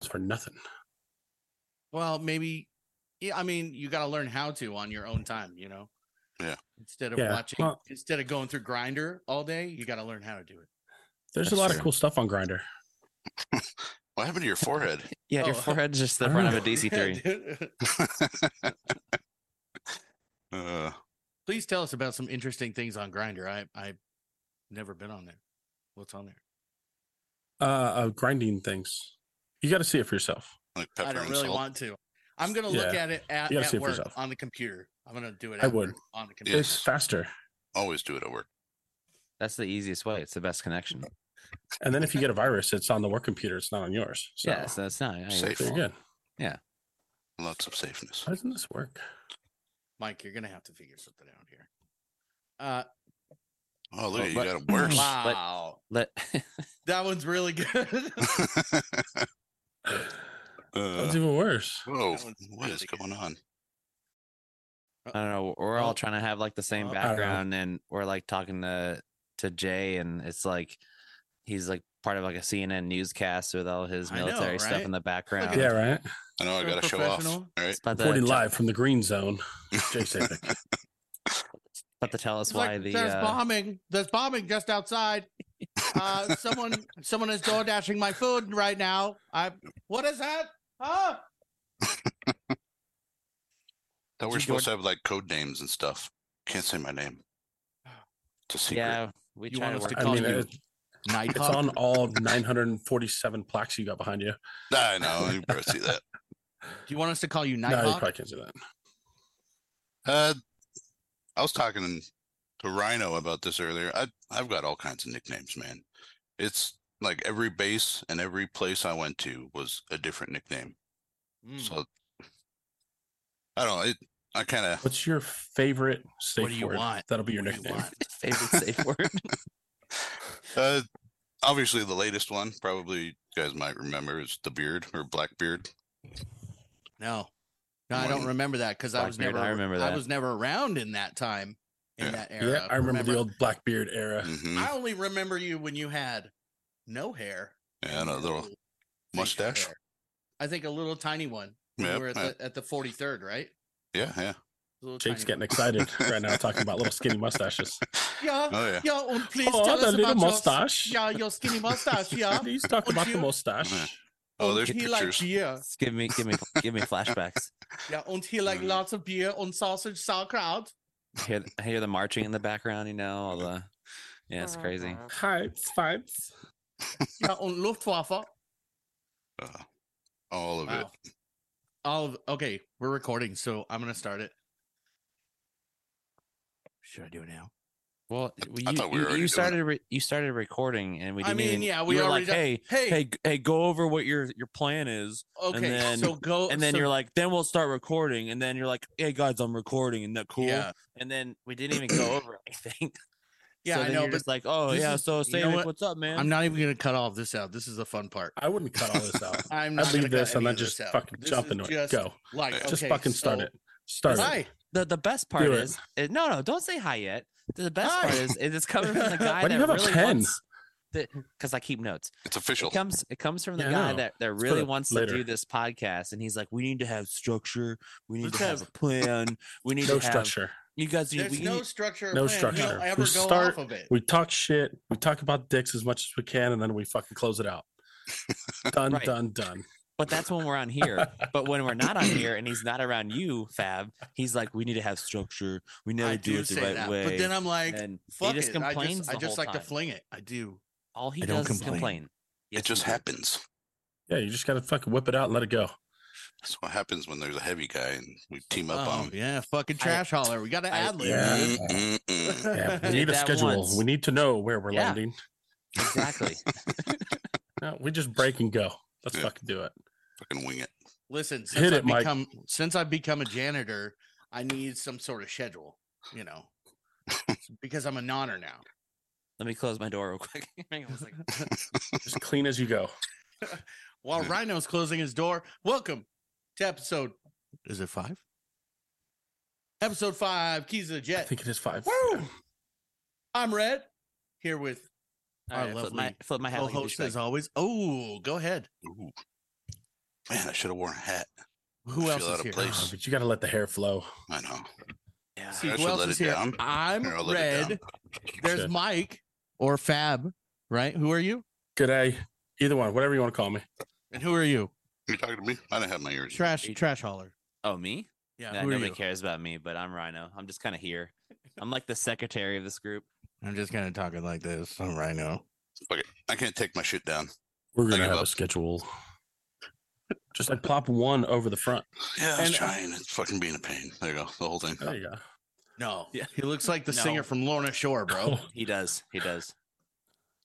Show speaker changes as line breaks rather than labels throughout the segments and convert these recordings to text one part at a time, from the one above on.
It's for nothing.
Well, maybe. Yeah, I mean, you got to learn how to on your own time, you know.
Yeah.
Instead of
Yeah,
watching,
well-
instead of going through Grinder all day, you got to learn how to do it.
There's
That's
a lot
true.
of cool stuff on Grinder.
What happened to your forehead?
Yeah, your
Oh.
forehead's just the
I
front of
don't
a DC three.
Dude.
uh,
Please tell us about some interesting things on Grinder. I I've never been on there. What's on there?
Uh, uh grinding things. You got to see it for yourself.
like pepper
I don't
and
really
salt.
want to. I'm gonna look
Yeah.
at it at,
You gotta
at
see it for
work
yourself.
on the computer. I'm gonna do it.
I
at
would.
work on the computer.
It's faster.
Always do it at work.
That's the easiest way. It's the best connection.
And then if you get a virus, it's on the work computer. It's not on yours. So,
yeah, so it's not. yeah, yeah.
Safe.
so you're good.
Lots of safeness.
How doesn't this work?
Mike, you're gonna have to figure something out here. Uh,
Oh, look,
Oh,
you
but-
got it worse.
wow,
Let
that one's really good.
Uh,
Uh,
That's even worse.
whoa,
That one's
what is
really good.
going on?
I don't know. We're
Oh.
all trying to have like the same
Oh, I
don't know.
background, and we're like talking to to Jay, and it's like he's like part of like a CNN newscast with all his
I know,
military stuff
right?
in the background.
Yeah, right.
I know I
You're a
got to show off,
professional.
right?
It's about to,
Reporting
te-
live from the green zone. Jay Sapick.
about to tell us
It's
why
like,
the
there's
uh,
bombing. There's bombing just outside. Uh, someone, someone is door dashing my food right now. I. What is that? Huh?
That we're
Did
supposed to have like code names and stuff. Can't say my name. It's a secret.
yeah. We
You
try
want
to
us to
work.
I
call
mean,
you
it-
Night.
it's on all 947 plaques you got behind you.
I know. You probably see that.
Do you want us to call you
No, you
Nighthawk?
probably can't do that.
Uh, I was talking to Rhino about this earlier. I I've got all kinds of nicknames, man. It's like every base and every place I went to was a different nickname.
Mm.
So I don't know. It, I kind of
What's your favorite safe
do you
word?
want?
That'll be your
What do you
nickname.
want?
favorite safe word.
uh, obviously the latest one probably you guys might remember is the beard or Blackbeard.
No, no, I don't
Morning.
remember that because I was
Blackbeard,
never.
I remember
I
that.
was never around in that time in
Yeah.
that era. Mm.
Yeah, I remember, the old Blackbeard era.
hmm
I only remember you when you had no hair.
Yeah, and a
your
little
little
mustache.
hair. I think a little tiny one. when
Yeah,
we were at,
yeah,
the, at the 43rd, right?
yeah, yeah.
Little
Jake's
tiny
getting excited right now talking about little skinny mustaches.
one. Yeah,
Oh yeah.
yeah. And please
oh,
tell
the
us
little
about
mustache.
Your, yeah, your skinny mustache. Yeah.
Please talk
Would
about
you-
the mustache.
Oh,
And
there's
he
pictures.
Like beer.
give me, give me, give me flashbacks.
Yeah, and he like
Mm.
lots of beer and sausage sauerkraut.
I hear, I hear the marching in the background. You know, all the yeah,
Oh,
it's crazy.
Hypes, hypes.
Yeah, and Luftwaffe.
Uh, all of it.
Wow. All of, okay, we're recording, so I'm gonna start it. Should I do it now?
Well,
I-
you,
I thought we were already
you- you
doing it.
started re- you started recording, and we
I
didn't
mean,
even-
yeah,
you
we
were
already
like,
done-
hey,
Hey,
hey, g- hey, go over what your your plan is,
okay,
then-
so go
and then
Oh, so-
you're like, then we'll start recording, and then you're like, hey guys, I'm recording, isn't that cool?
Yeah.
And then we didn't even go over anything.
yeah,
so
I
then
know,
you're
but
just like, oh
this
yeah,
is-
so
you know
Savick,
what?
what's up, man?
I'm not even gonna cut all of this out. This is the fun part.
I wouldn't cut all this out.
I'm not
I'd
gonna
leave this
cut
and then
any of this
just
out.
fucking
This
jump
is
into it.
just
Go.
Like,
Yeah.
Just
okay,
fucking start
so-
it. Start it.
Hi,
the the best part
Do it.
is uh, no, no, don't say hi yet. The best
Hi.
part is it is coming from the guy
Why do
that
you have a
really
pen?
wants. Because I keep notes.
It's official.
It comes it comes from the
Yeah, I
guy
know.
that, that
put
really
it
wants to
later.
do this podcast, and he's like, "We need to have structure. We need
Let's
to have,
have-
a plan. We need
No
to have
structure.
you guys. Need,
there's
we
no
need,
structure. or
no
plan. We don't
structure. We
ever go
start-
off of it.
We talk shit. We talk about dicks as much as we can, and then we fucking close it out. Done,
Right.
done, done.
but that's when we're on here. but when we're not on here, and he's not around you, Fab, he's like, "We need to have structure. We never
I
do,
do
it the
say
right
that,
way."
but then I'm like,
and
fuck
he just
it. I
complains.
just, I
the
just
whole
like to
time.
fling it. I do.
All he
I don't
does is
complain.
complain. Yes,
It just
you do.
happens.
Yeah, you just gotta fucking whip it out and let it go.
That's what happens when there's a heavy guy and we team up
Oh
on him.
yeah, fucking trash hauler. We got to
I-
ad lib.
Yeah.
dude.
Mm, mm, mm.
Yeah, we
Did
need a
that
schedule.
once.
We need to know where we're
Yeah.
landing.
Exactly.
No, we just break and go. Let's
Yeah.
fucking do it.
Fucking wing it.
Listen, since
Hit
I've
it, Mike.
become since I've become a janitor, I need some sort of schedule, you know. because I'm a nonner now.
Let me close my door real quick. I was like,
Just clean as you go.
While
Yeah.
Rhino's closing his door, welcome to episode is it five? Episode five, Keys of the
I
Jet.
think it is five.
Woo! I'm Red here with
All
Our
right, flip my
lovely
flip my hat.
co
Like a
host as
douchebag.
always. Oh, go ahead.
Ooh. man, I should have worn a hat.
Who
I
else
feel
is
out of
here?
place.
Ah, but you got to let the hair flow.
I know.
Yeah.
See,
I
who
should
else
let
is
it
here?
down.
I'm
Here, I'll let it down.
red. There's
Shit.
Mike or Fab, right? Who are you?
Good day. Either one, whatever you want to call me.
And who are you?
You talking to me? I didn't have my ears.
Trash,
Eight.
trash hauler.
Oh, me?
Yeah,
Nah,
who are
nobody
you?
cares about me, but I'm Rhino. I'm just kind of here. I'm like the secretary of this group.
I'm just kind of talking like this. I'm Rhino.
I can't take my shit down.
We're going
give
to have a
up.
schedule. Just like plop one over the front.
Yeah, I was
And, uh,
trying. It's fucking being a pain. There you go. The whole thing.
There you go.
No,
Yeah.
he looks like the singer
No.
from Lorna Shore, bro.
Oh,
He does. He does.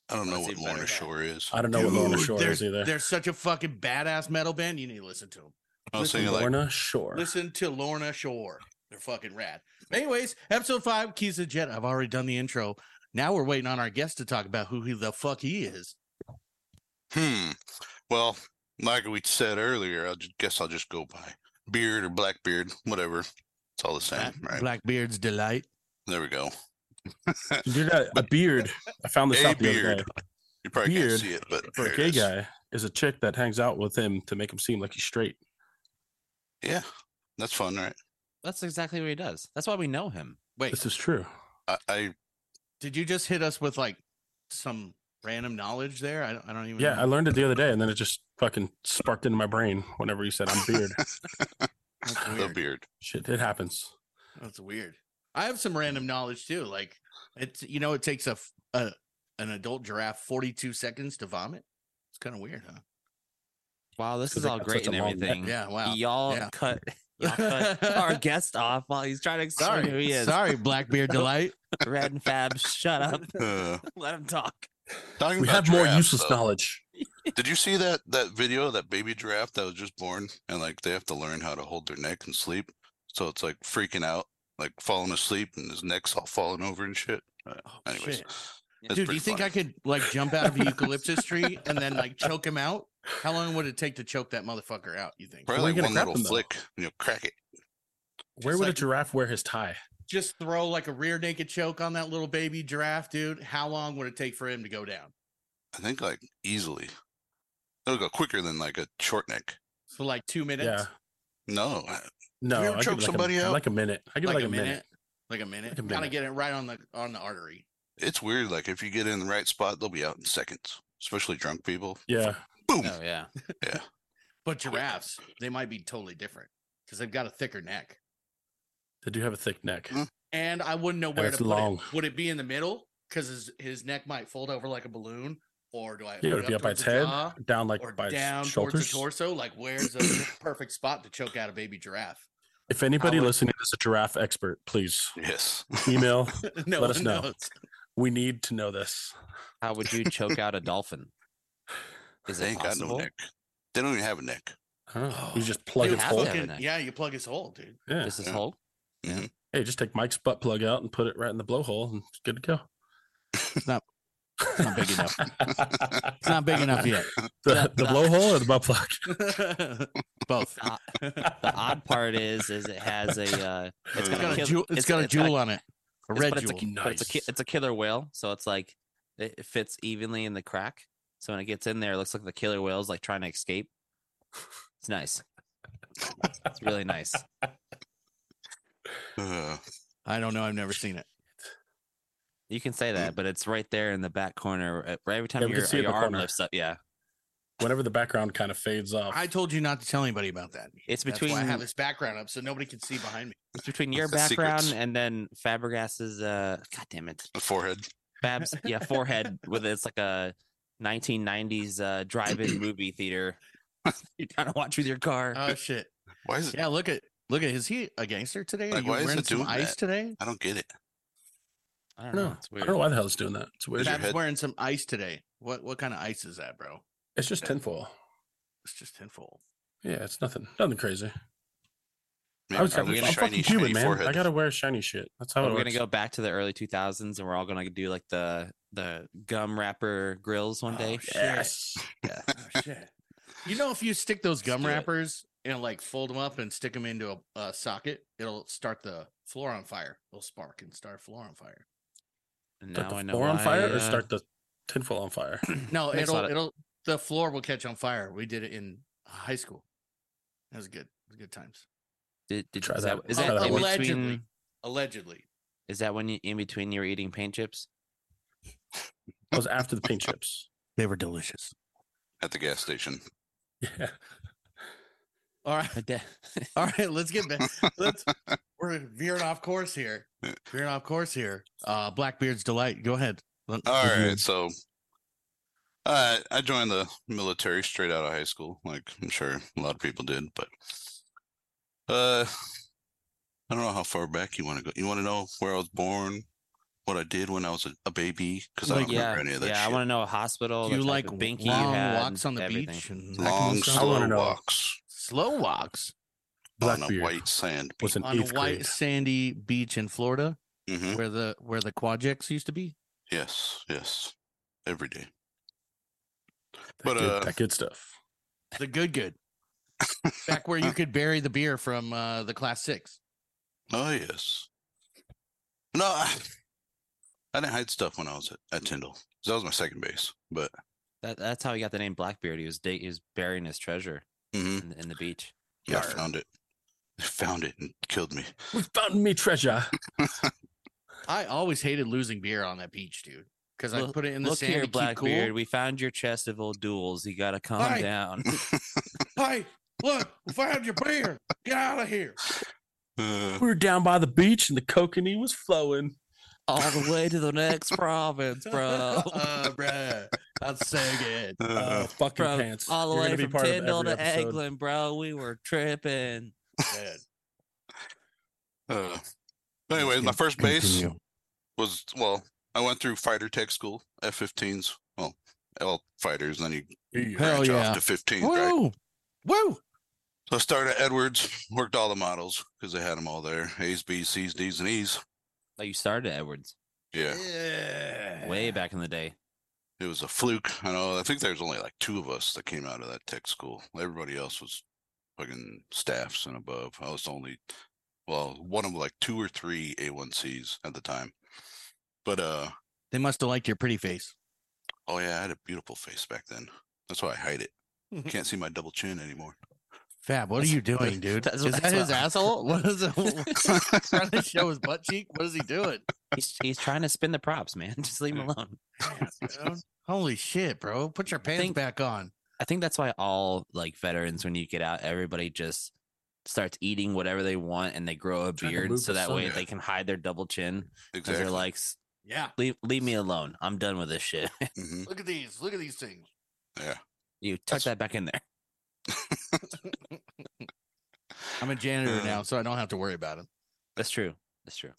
I don't know
That's
what
even better.
Lorna Shore is.
I don't know what Lorna
Dude,
Shore
they're-
is either.
They're such a fucking badass metal band. You need to listen to them.
I was
listen,
thinking like
Lorna Shore.
Listen to Lorna Shore. They're fucking rad. Anyways, episode five, Keys of the Jet. I've already done the intro. Now we're waiting on our guest to talk about who he, the fuck he is.
Hmm. Well, like we said earlier, I guess I'll just go by beard or Blackbeard, whatever. It's all the same,
Black-
right?
Blackbeard's delight.
There we go.
Dude, a, a beard. I found this
A
out the other
beard.
day.
You probably
Beard
can't see it, but
For
there
a
it
gay
is.
guy is a chick that hangs out with him to make him seem like he's straight.
Yeah, that's fun, right?
That's exactly what he does. That's why we know him.
Wait,
This is true.
I, I
did you just hit us with like some random knowledge there? I don't, I don't even.
Mm-hmm.
Yeah, I learned it the other day, and then it just fucking sparked into my brain whenever you said I'm beard.
That's
the
weird.
beard.
Shit, it happens.
That's weird. I have some random knowledge too. Like it's you know it takes a, f- a- an adult giraffe 42 seconds to vomit. It's kind of weird, huh?
Wow, this
Because
is
they
all
got
great
such
and
a long neck.
Mm.
everything.
Yeah, wow.
Y'all
Yeah.
cut, y'all cut our guest off while he's trying to explain who he is.
Sorry, Blackbeard delight.
Red and Fab, shut up.
Uh,
Let him talk.
talking
We
about
have more
giraffes,
useless
though,
knowledge.
Did you see that that video of that baby giraffe that was just born and like they have to learn how to hold their neck and sleep? So it's like freaking out, like falling asleep, and his neck's all falling over and shit. Uh, anyways,
shit.
that's
Dude, do
pretty
you think
funny.
I could like jump out of a eucalyptus tree and then like choke him out? How long would it take to choke that motherfucker out? You think?
Where
Probably
you gonna
one
grab
little
them, though?
flick, and you'll crack it.
Where
Just
would
like-
a giraffe wear his tie?
Just throw like a rear naked choke on that little baby giraffe, dude. How long would it take for him to go down?
I think like easily. It'll go quicker than like a short neck.
So like two minutes.
Yeah.
No, I-
No,
ever
I give
choke
it like
somebody
a,
out?
like a minute. I give it like, a minute.
Like a minute.
Like a
Kind
minute.
of get it right on the on the artery.
it's weird. Like if you get in the right spot, they'll be out in seconds. Especially drunk people.
Yeah,
Boom.
Oh, yeah.
But giraffes, they might be totally different because they've got a thicker neck.
they do have a thick neck.
Mm.
And I wouldn't know where
it's
to put
long.
it. Would it be in the middle? Because his, his neck might fold over like a balloon, or do I?
Yeah,
put
it would be up by
towards
its
the
head,
jaw
down like
or
by
down
its
towards the
shoulders.
torso. Like, where's the perfect spot to choke out a baby giraffe?
If anybody
would-
listening is a giraffe expert, please
Yes.
email.
no
Let us
one
know.
knows.
we need to know this.
How would you choke out a dolphin? Is
they
it
ain't got no
possible?
neck. They don't even have a neck.
I don't know.
Oh,
You just plug
Dude,
its
have
hole.
it.
fucking-
neck.
yeah, you plug his hole, dude.
Yeah.
Just this
Yeah.
whole?
Hey, just take Mike's butt plug out and put it right in the blowhole, and it's good to go.
It's not. It's not big enough.
the
It's not big enough yet.
the blowhole or the butt plug?
Both.
The, the odd part is, is it has a. Uh, it's
It's
It's
got
got a
a
kill-
jewel. It's got a jewel on it. A
It's-
red
but it's a
jewel.
but it's a ki-
Nice.
it's a killer whale, so it's like it it fits evenly in the crack. So when it gets in there, it looks like the killer whale's like trying to escape. It's nice. It's really nice.
Uh,
I don't know. I've never seen it.
You can say that, but it's right there in the back corner. uh, Right every time
Yeah, we can
your,
see it in
your
the
arm
corner.
lifts up, yeah,
Whenever the background kind of fades off,
I told you not to tell anybody about that.
it's
That's
between
why I have this background up so nobody can see behind me.
it's between your
Secrets.
background and then Fabregas's. Uh, God damn it,
the forehead.
Fab's yeah forehead with it's like a 1990s uh, drive-in movie theater. you kind of watch with your car.
Oh shit!
Why is it?
Yeah, look at look at. Is he a gangster today? Are
Like,
you
why is
wearing
it
some
doing
ice
that?
today?
I don't get it.
I don't
don't
know.
know.
It's
I
weird.
don't know why the hell it's doing that. It's weird.
Is your
Fab's
head-
wearing some ice today. What what kind of ice is that, bro?
It's just tinfoil.
It's just tinfoil.
Yeah, it's nothing, nothing crazy. I
Maybe
was
I'm
having,
a
I'm fucking human, man. I
forehead.
gotta wear shiny shit. That's how
But
it
we're
works.
gonna go back to the early 2000s, and we're all gonna do like the the gum wrapper grills one
Oh,
day.
shit.
yes.
Oh, shit. You know, if you stick those gum
do it.
wrappers and like fold them up and stick them into a, a socket, it'll start the floor on fire. It'll spark and start floor on fire.
And
Start
now I
the
know
floor on
why,
fire
uh,
or start the tinfoil on fire?
No,
Makes a
it'll
lot of-
it'll the floor will catch on fire. We did it in high school. That was good. It was good times.
Did, did
Try
is
that-
that, is
try
that
that
in
one.
between?
Allegedly.
Is that when you in between you were eating paint chips?
That was after the paint chips.
They were delicious.
at the gas station.
Yeah.
All right.
My dad-
All right, let's get back. Let's we're veering off course here.
Yeah.
Veering off course here. Uh Blackbeard's delight. Go ahead. Let-
All
Mm-hmm.
let you-
right, so uh, I joined the military straight out of high school, like I'm sure a lot of people did, but uh, I don't know how far back you want to go. You want to know where I was born, what I did when I was a, a baby, because I
Like,
don't
yeah,
remember any of that.
yeah. I
shit.
want to know a hospital.
Do you
the
like
type of binky you
long
had,
walks on the
everything.
beach and
long,
sound- I wanna
slow
know.
walks
slow walks
on
Blackbeard
a white sand.
was in
on a
eighth
white
grade.
sandy beach in Florida
hmm
where the where the quadjects used to be?
Yes, yes, every day.
That
But,
good-
uh,
that good stuff.
The good good. Back where you could bury the beer from uh the class six.
Oh yes. No, I, I didn't hide stuff when I was at, at Tyndall. 'cause That was my second base, but
That, that's how he got the name Blackbeard. He was da- he was burying his treasure
mhm.
in, in the beach.
Yeah, I
Yarg.
found it. I found it and killed me.
We found me treasure.
I always hated losing beer on that beach, dude. Because I
Look-
put it in the
Look
sand
here,
to keep cool.
Blackbeard. We found your chest of old duels. You gotta calm
Right.
down.
Hey, look, we found your beer. Get out of here.
Uh,
We were down by the beach and the kokanee was flowing.
All the way to the next province, bro.
uh, bruh. That's so good.
Uh,
uh,
fucking
Bro,
pants.
All the
You're
way
gonna be
from
part of
Tyndall
every
to
episode.
Eglin, bro. We were tripping.
Good.
uh. Anyway, my first base was well, I went through fighter tech school, F 15s. Well, L fighters, then you
Hell
branch
yeah.
off to 15s, right?
Woo. Woo.
So I started at Edwards, worked all the models because they had them all there A's, B's, C's, D's, and E's.
Oh, you started at Edwards
Yeah.
Yeah.
way back in the day.
it was a fluke. I know. I think there's only like two of us that came out of that tech school. Everybody else was fucking staffs and above. I was the only, well, one of like two or three A1Cs at the time. But uh,
They must have liked your pretty face.
oh yeah, I had a beautiful face back then. That's why I hide it. Can't see my double chin anymore.
Fab, what are you doing, dude?
That's-
is that
that's
his
what-
asshole? What is it? trying to show his butt cheek? What is he doing?
He's he's trying to spin the props, man. Just leave him alone.
Yeah, dude. Holy shit, bro. Put your pants
think-
back on.
I think that's why all like veterans, when you get out, everybody just starts eating whatever they want and they grow
Trying
a
to
beard
move
so
the
that way
sun.
they can hide their double chin. Because
Exactly.
they're like, "S-
Yeah.
leave, leave me alone. I'm done with this shit.
Mhm.
Look at these. Look at these things.
yeah.
you tuck
That's-
that back in there.
I'm a janitor
Uh,
now, so I don't have to worry about him.
That's true. That's true.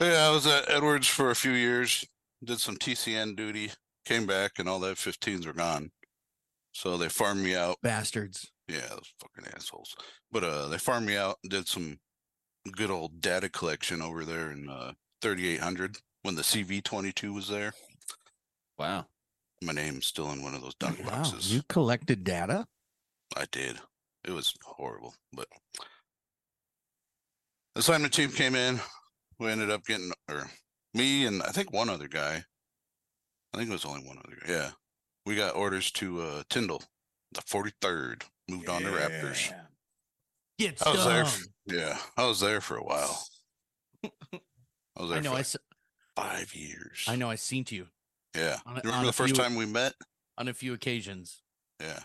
Yeah, I was at Edwards for a few years, did some TCN duty, came back, and all that 15s were gone. So they farmed me out.
Bastards.
Yeah, those fucking assholes. But uh they farmed me out, did some good old data collection over there in uh 3800 when the CV22 was there.
Wow.
My name's still in one of those duck
Oh, Wow,
boxes.
you collected data?
I did. It was horrible, but assignment team came in. We ended up getting, or me and I think one other guy. I think it was only one other guy. Yeah. We got orders to uh Tyndall, the 43rd, moved on to Raptors.
Get
I was there.
stung.
Yeah, I was there for a while. I was there
I know.
for
I,
like
s-
five years.
I know. I seen to you
Yeah,
On a-
you
on
remember
a
the first
few-
time we met?
on a few occasions.
Yeah,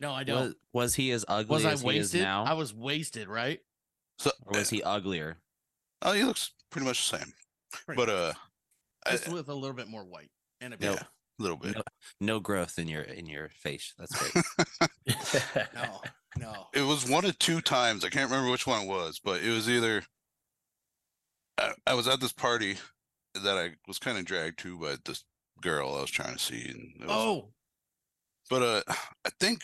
No, I
Was,
don't.
was he as ugly
Was, I
as he is
wasted?
now?
I was wasted, right?
so
or was he uglier?
Oh, he looks pretty much the same,
Pretty
but uh, I-
Just with a little bit more white and a
yeah,
bit.
a little bit.
No, no growth in your in your face. That's great.
No, no.
It was one of two times. I can't remember which one it was, but it was either I, I was at this party that I was kind of dragged to by this girl I was trying to see, and it was
oh,
But uh, I think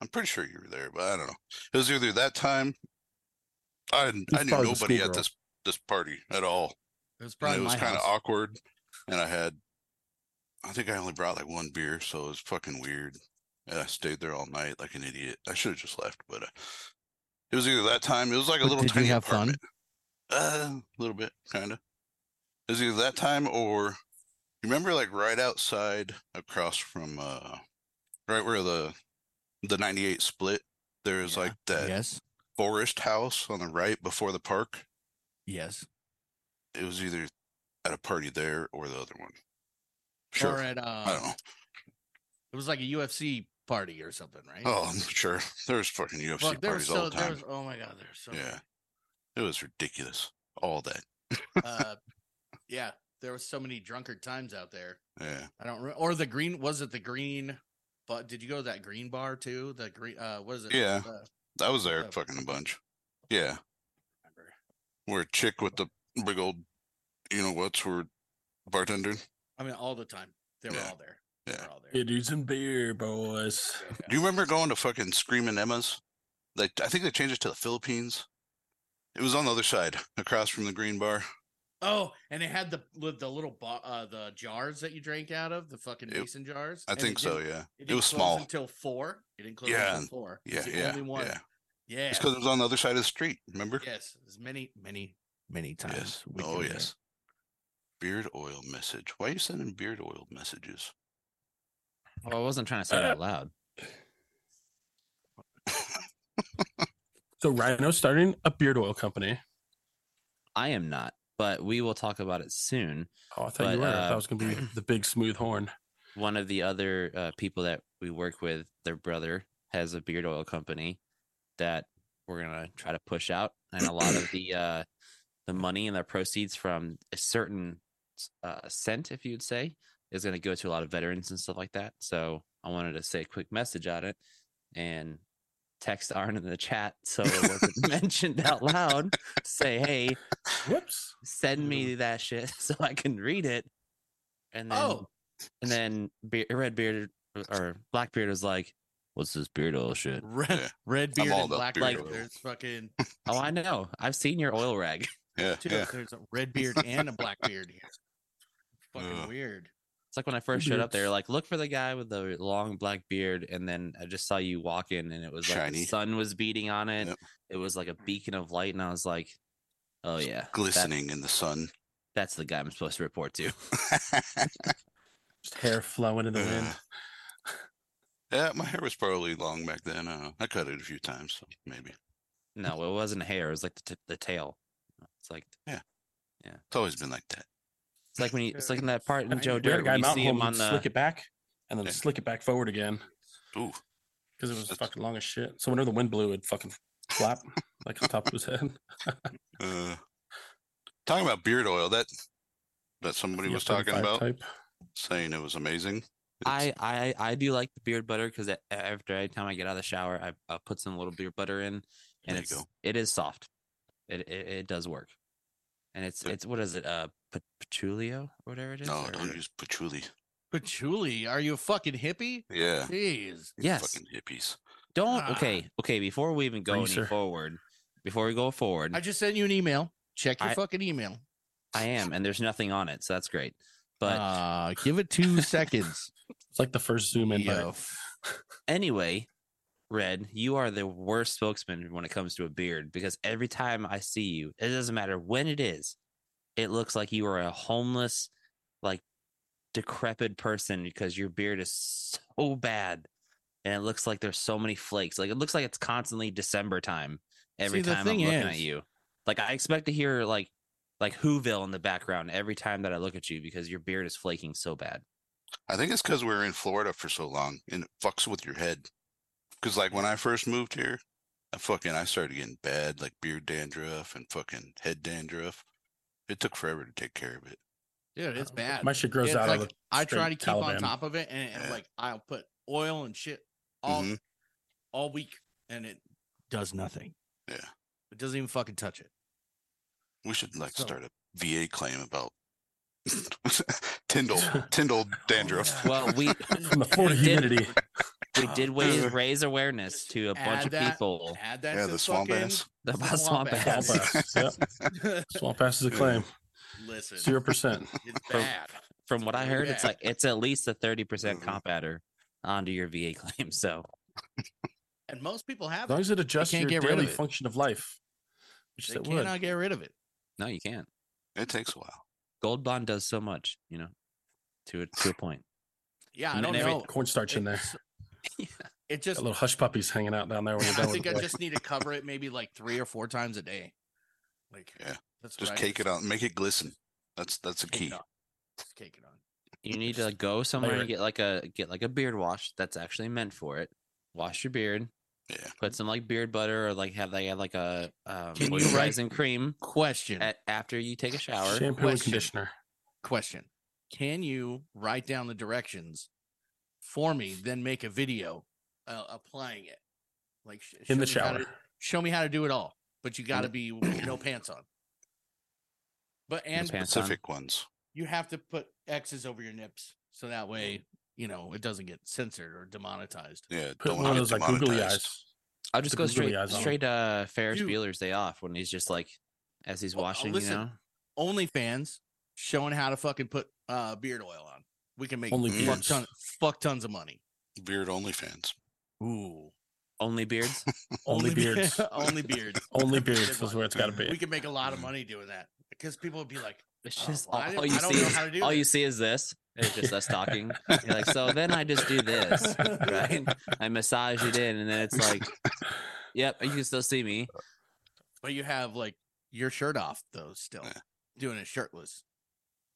I'm pretty sure you were there, but I don't know. It was either that time. I didn't- I
was
knew
probably the
nobody at
schoolgirl.
this this party at all.
it was
And
probably
it was
my
kind of
house.
awkward, and I had. I think I only brought like one beer, so it was fucking weird. And I stayed there all night like an idiot. I should have just left, but uh, it was either that time. It was like a
But
little
did you
tiny
have fun?
apartment. Uh, a little bit, kind of. It was either that time or you remember like right outside across from uh right where the the 98 split, there's
Yeah.
like that
Yes.
forest house on the right before the park.
Yes.
It was either at a party there or the other one. Sure.
Or at, uh,
I don't know.
It was like a UFC party or something, right?
Oh, I'm sure. There's fucking UFC
Well, there was
parties all
so
the
there
time.
was, oh my god, there's so
Yeah. It was ridiculous. All that.
many. uh, yeah, there was so many drunkard times out there.
Yeah.
I don't re- or the green was it the green but did you go to that green bar too? The green uh what is it?
Yeah.
Uh,
I was there
Oh.
fucking a bunch. Yeah.
remember.
Where a chick with the big old, you know what's, were bartender.
I mean all the time. They were
Yeah.
all there. They
Yeah.
were all there.
It is in beer, boys.
Yeah, yeah.
Do you remember going to fucking Screaming Emma's? They, I think they changed it to the Philippines. It was on the other side, across from the green bar.
Oh, and they had the li- the little bo- uh the jars that you drank out of, the fucking
It-
mason jars.
I
and
think
it
so.
didn't-
Yeah, it,
didn't
was
close
small.
until four. It didn't close
Yeah,
until four. It
Yeah,
was the
yeah,
only one.
yeah.
Yeah.
It's because it was on the other side of the street. Remember?
Yes, as many, many, many times.
Yes.
we
Oh,
go there.
yes. Beard oil message. Why are you sending beard oil messages?
Well, I wasn't trying to
Uh,
say it out loud.
So Rhino's starting a beard oil company.
I am not, but we will talk about it soon.
Oh, I thought you
But,
were. I thought
uh,
it was going to be the big smooth horn.
One of the other uh, people that we work with, their brother has a beard oil company that we're gonna try to push out, and a lot of the uh, the money and the proceeds from a certain uh, scent, if you'd say, is gonna go to a lot of veterans and stuff like that. So I wanted to say a quick message on it and text Arn in the chat so it wasn't mentioned out loud. Say hey.
Whoops.
send me that shit so I can read it. And then,
Oh.
and then Be- Redbeard or Blackbeard was like, "What's this beard oil shit?"
Red,
Yeah.
red beard
all
and black
about beard
beard.
oil.
There's fucking
Oh, I know. I've seen your oil rag.
Yeah,
two.
yeah.
There's a red beard and a black beard here. Fucking
Ugh.
weird.
It's like when I first showed up, they were
Beards.
like, "Look for the guy with the long black beard," and then I just saw you walk in, and it was like
Shiny.
the sun was beating on it.
Yep.
It was like a beacon of light, and I was like, "Oh yeah, that-
Glistening in the sun.
that's the guy I'm supposed to report to."
Just hair flowing in the wind.
Uh, yeah, my hair was probably long back then. I don't know. I cut it a few times, so maybe.
no, it wasn't hair. It was like the, t- the tail. It's like
It's always been like that.
it's like when you it's like in that part in
And
Joe
we had a
Dirt when you
Mountain
see him
Home
on the
slick it back and then
Yeah.
slick it back forward again
Ooh,
because it was
That's-
fucking long as shit. So whenever the wind blew, it'd fucking flap like on top of his head.
Uh, talking about beard oil, that that somebody
Yeah,
was talking
35
about,
type.
saying it was amazing.
I, I I do like the beard butter because after every time I get out of the shower, I, I put some little beard butter in, and
There you
it's
go.
it is soft. It, it it does work, and it's
Good.
it's what is it? Uh, pa- patchoulio or whatever it is.
No,
or-
don't use patchouli.
Patchouli, are you a fucking hippie?
Yeah,
Jeez.
you
Yes.
fucking hippies.
don't.
uh,
Ah.
Okay, okay. Before we even go
Greaser.
any forward, before we go forward,
Mm.
I just sent you an email. Check your
I-
fucking email.
I am, and there's nothing on it, so that's great. But
uh, give it two seconds.
It's like the first zoom in.
Yo.
button.
anyway, Red, you are the worst spokesman when it comes to a beard because every time I see you, it doesn't matter when it is, it looks like you are a homeless, like decrepit person because your beard is so bad. And it looks like there's so many flakes. Like it looks like it's constantly December time every
See, the
time I'm
thing
looking at
is-
you. Like I expect to hear like like Whoville in the background every time that I look at you because your beard is flaking so bad.
I think it's because we were in Florida for so long, and it fucks with your head. Because like when I first moved here, I fucking I started getting bad like beard dandruff and fucking head dandruff. It took forever to take care of it.
Dude, it's bad.
My shit grows
It's
out
like,
of the
I try to
straight
keep
Taliban.
on top of it, and, and,
Yeah.
like I'll put oil and shit all
Mhm.
all week, and it does nothing.
Yeah.
it doesn't even fucking touch it.
We should like
So-
start a VA claim about Tyndall Tyndall dandruff.
yeah.
Well, we
from the Florida
We did-
humidity.
we did raise,
Uh,
raise awareness to a bunch
add
of
that-
people
Add that.
yeah,
to
the swamp
fucking-
ass.
about swamp
Swamp
ass.
ass. Yep. Swamp ass is a claim.
Listen,
Zero percent.
it's bad.
From what I
Really
heard, it's
bad.
like it's at least a thirty percent
Mhm.
Mm-hmm.
comp adder onto your VA claim. So
and most people have
As long
it.
as it adjusts
can't
your
get rid of
daily
it.
function of life, which
They
it would.
cannot get rid of it.
no, you can't.
It takes a while.
Gold bond does so much, you know, to a to a point.
Yeah, I
And
don't
then every-
know.
Cornstarch in there.
It's- It
Got
just
little hush puppies hanging out down there when
I
you're done with
think I
the-
just need to cover it maybe like three or four times a day. Like
Yeah,
that's what
Just
I
cake it
do.
out, make it glisten. That's that's a
Cake it
key.
on. Just cake it on.
You need to go somewhere
layer
and
it.
get like a get like a beard wash that's actually meant for it. Wash your beard.
Yeah.
Put some like beard butter or like have they have like a um,
Can you write-
moisturizing cream
Question.
at, after you take a shower.
shampoo and
Question.
conditioner.
question. Can you write down the directions for me, then make a video uh, applying it? Like sh- show
in the
me how to-
shower.
show me how to do it all, but you got to be with no pants on. But and
pants. Hands on.
Specific ones.
you have to put X's over your nips so that way you know it doesn't get censored or demonetized.
Yeah.
Put
don't
one of
wanna
those
get
like googly
demonetized.
eyes.
I'll just
the
go
googly
straight
eyes on 'em.
straight uh Ferris
Dude.
Bueller's day off when he's just like as he's
Well, uh,
washing, you
listen.
know.
OnlyFans showing how to fucking put uh, beard oil on. We can make
Only
fuck,
beards.
ton, fuck tons of money.
Beard only fans.
Ooh,
Only beards.
Only
be-
beards.
only beards.
Only
Good
beards is
one.
where it's got to
We
be.
could make a lot of money doing that because people would be like,
It's
Oh,
just
well, I
all,
didn't- I
all you
don't
see
know
is,
how to do
all
it.
you see is this. It's just us talking. You're like, so then I just do this, right? I massage it in, and then it's like, yep, you can still see me.
but you have like your shirt off though, still
Yeah.
doing it shirtless.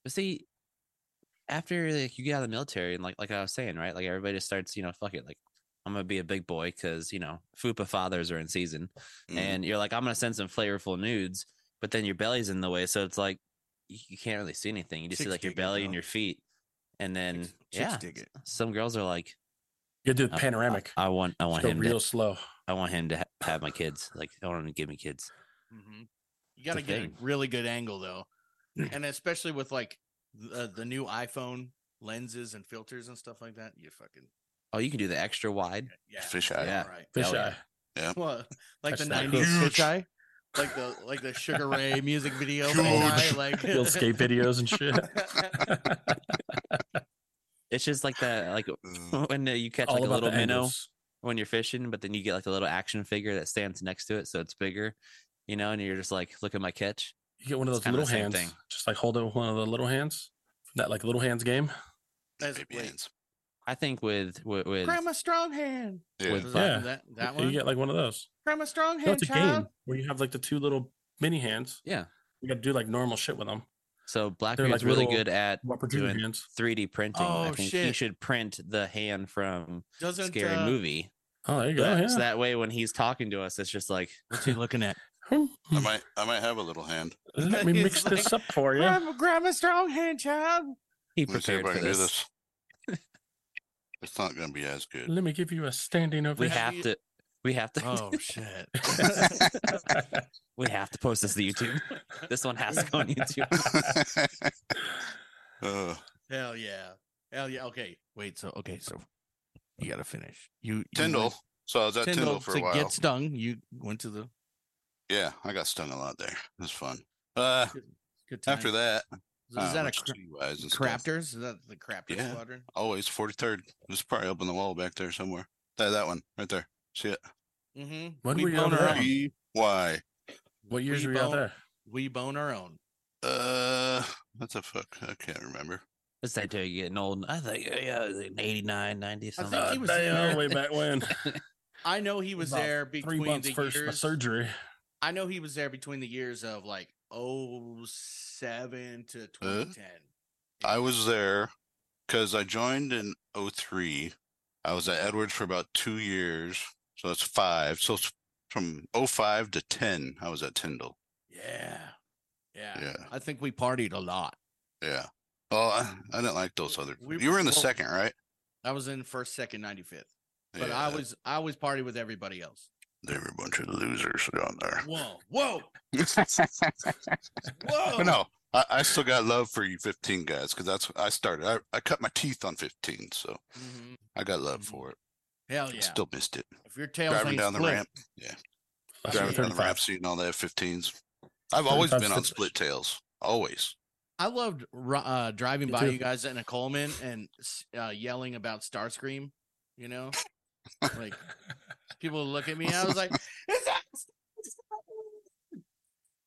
But see, after like you get out of the military, and like like I was saying, right? Like everybody just starts, you know, fuck it, like. I'm gonna be a big boy because you know fupa fathers are in season,
Mm-hmm.
Mm.
and you're like, I'm gonna send some flavorful nudes, but then your belly's in the way, so it's like you, you can't really see anything. You just see
Chicks
like your
dig it,
belly
bro.
and your feet, and then
Chicks- chicks
yeah,
dig it.
some girls are like,
You do it
I- I-
panoramic.
I, want, I
Just
want
go
him to
real slow.
I want him to ha- have my kids. Like I want him to give me kids.
hmm You got to
a
get
thing.
a really good angle though, and especially with like uh, the, the new iPhone lenses and filters and stuff like that. You fucking
Oh, you can do the extra wide.
yeah,
Fish eye.
Yeah.
right.
Fish
Hell yeah.
eye.
Well, like the
That's not
nineties
huge.
fish eye, like the like the Sugar Ray music video, fish
Huge.
eye, like
You'll skate videos and shit.
It's just like that, like
Mm.
when uh, you catch
All
like a
about
little
the
minnow
angles.
when you're fishing, but then you get like a little action figure that stands next to it, so it's bigger, you know. And you're just like, look at my catch.
You get one of
It's
those
kinda
little
the same
hands.
thing.
Just like hold up one of the little hands. That like little hands game.
That's
Baby
wait.
hands.
I think with with, with
Grandma Stronghand.
Yeah.
with-
Does
Yeah.
that, that, that
You
one.
get like one of those.
Grandma Stronghand.
No, it's a
child.
game where you have like the two little mini hands.
yeah.
You got to do like normal shit with them.
So
They're, like,
Blackbeard's really
little-
good at
What protruding
Doing-
hands?
3D printing. I
Oh,
think he
shit.
should print the hand from
Doesn't
Scary
uh,
Movie.
Oh, there you go.
That-
Yeah.
So that way, when he's talking to us, it's just like
What's he looking at?
I might I might have a little hand.
Let me
It's
mix this up for you.
Grandma, Grandma Stronghand, child.
he
Let me see if
prepared
I
for
can do
this.
this. It's not gonna be as good.
Let me give you a standing
We
ovation.
have
you-
to. We have to.
Oh shit!
We have to post this to YouTube. this one has to go on YouTube.
Uh,
Hell yeah! Hell yeah! Okay, wait. So okay, so you gotta finish. You you
Tyndall.
went-
So I was at Tyndall,
Tyndall
for
to
a while.
get stung. You went to the
Yeah, I got stung a lot there. It was fun. Uh,
good time.
after that, uh,
that, is that a cra-
craptors?
Craptors? Is that the Craptors
Yeah.
squadron?
Always 43rd. It's probably up on the wall back there somewhere. That, that one right there. See it?
Mm-hmm.
When
we
were you
bone
over
our
there?
own.
B Y.
What years
we
were you out
bone-
there?
We bone our own.
Uh, what the fuck? I can't remember.
It's that dude getting old. I think uh, yeah, it was like 89, 90, something.
think
Uh,
he was
they
there.
are way back when.
I know he was
About
there
Three
between
months
the
first my
years.
surgery.
I know he was there between the years of like 07 to
Uh-huh.
2010.
I was there because I joined in 03. I was at Edwards for about two years. So that's five. So it's from 05 to 10, I was at Tyndall.
Yeah. Yeah.
Yeah.
I think we partied a lot.
Yeah. Well, I, I didn't like those other.
We-
you were in the
well,
second, right?
I was in first, second, 95th. But I
Yeah,
was I was party with everybody else.
They were a bunch of losers down there.
Whoa. Whoa.
But
Whoa.
no, I, I still got love for you 15 guys because that's what I started. I, I cut my teeth on 15, so
Mhm.
I got love
Mhm.
for it.
Hell yeah.
Still missed it.
if your tails
Driving
ain't
down the
split,
ramp,
Last
driving
year,
down the
35.
ramp, seeing all the F15s. I've always
35
been on
stiff.
split tails. Always.
I loved ru- uh, driving
Me
by
too.
you guys in a Coleman and s- uh, yelling about Starscream. You know, like people would look at me. And I was like, "Is that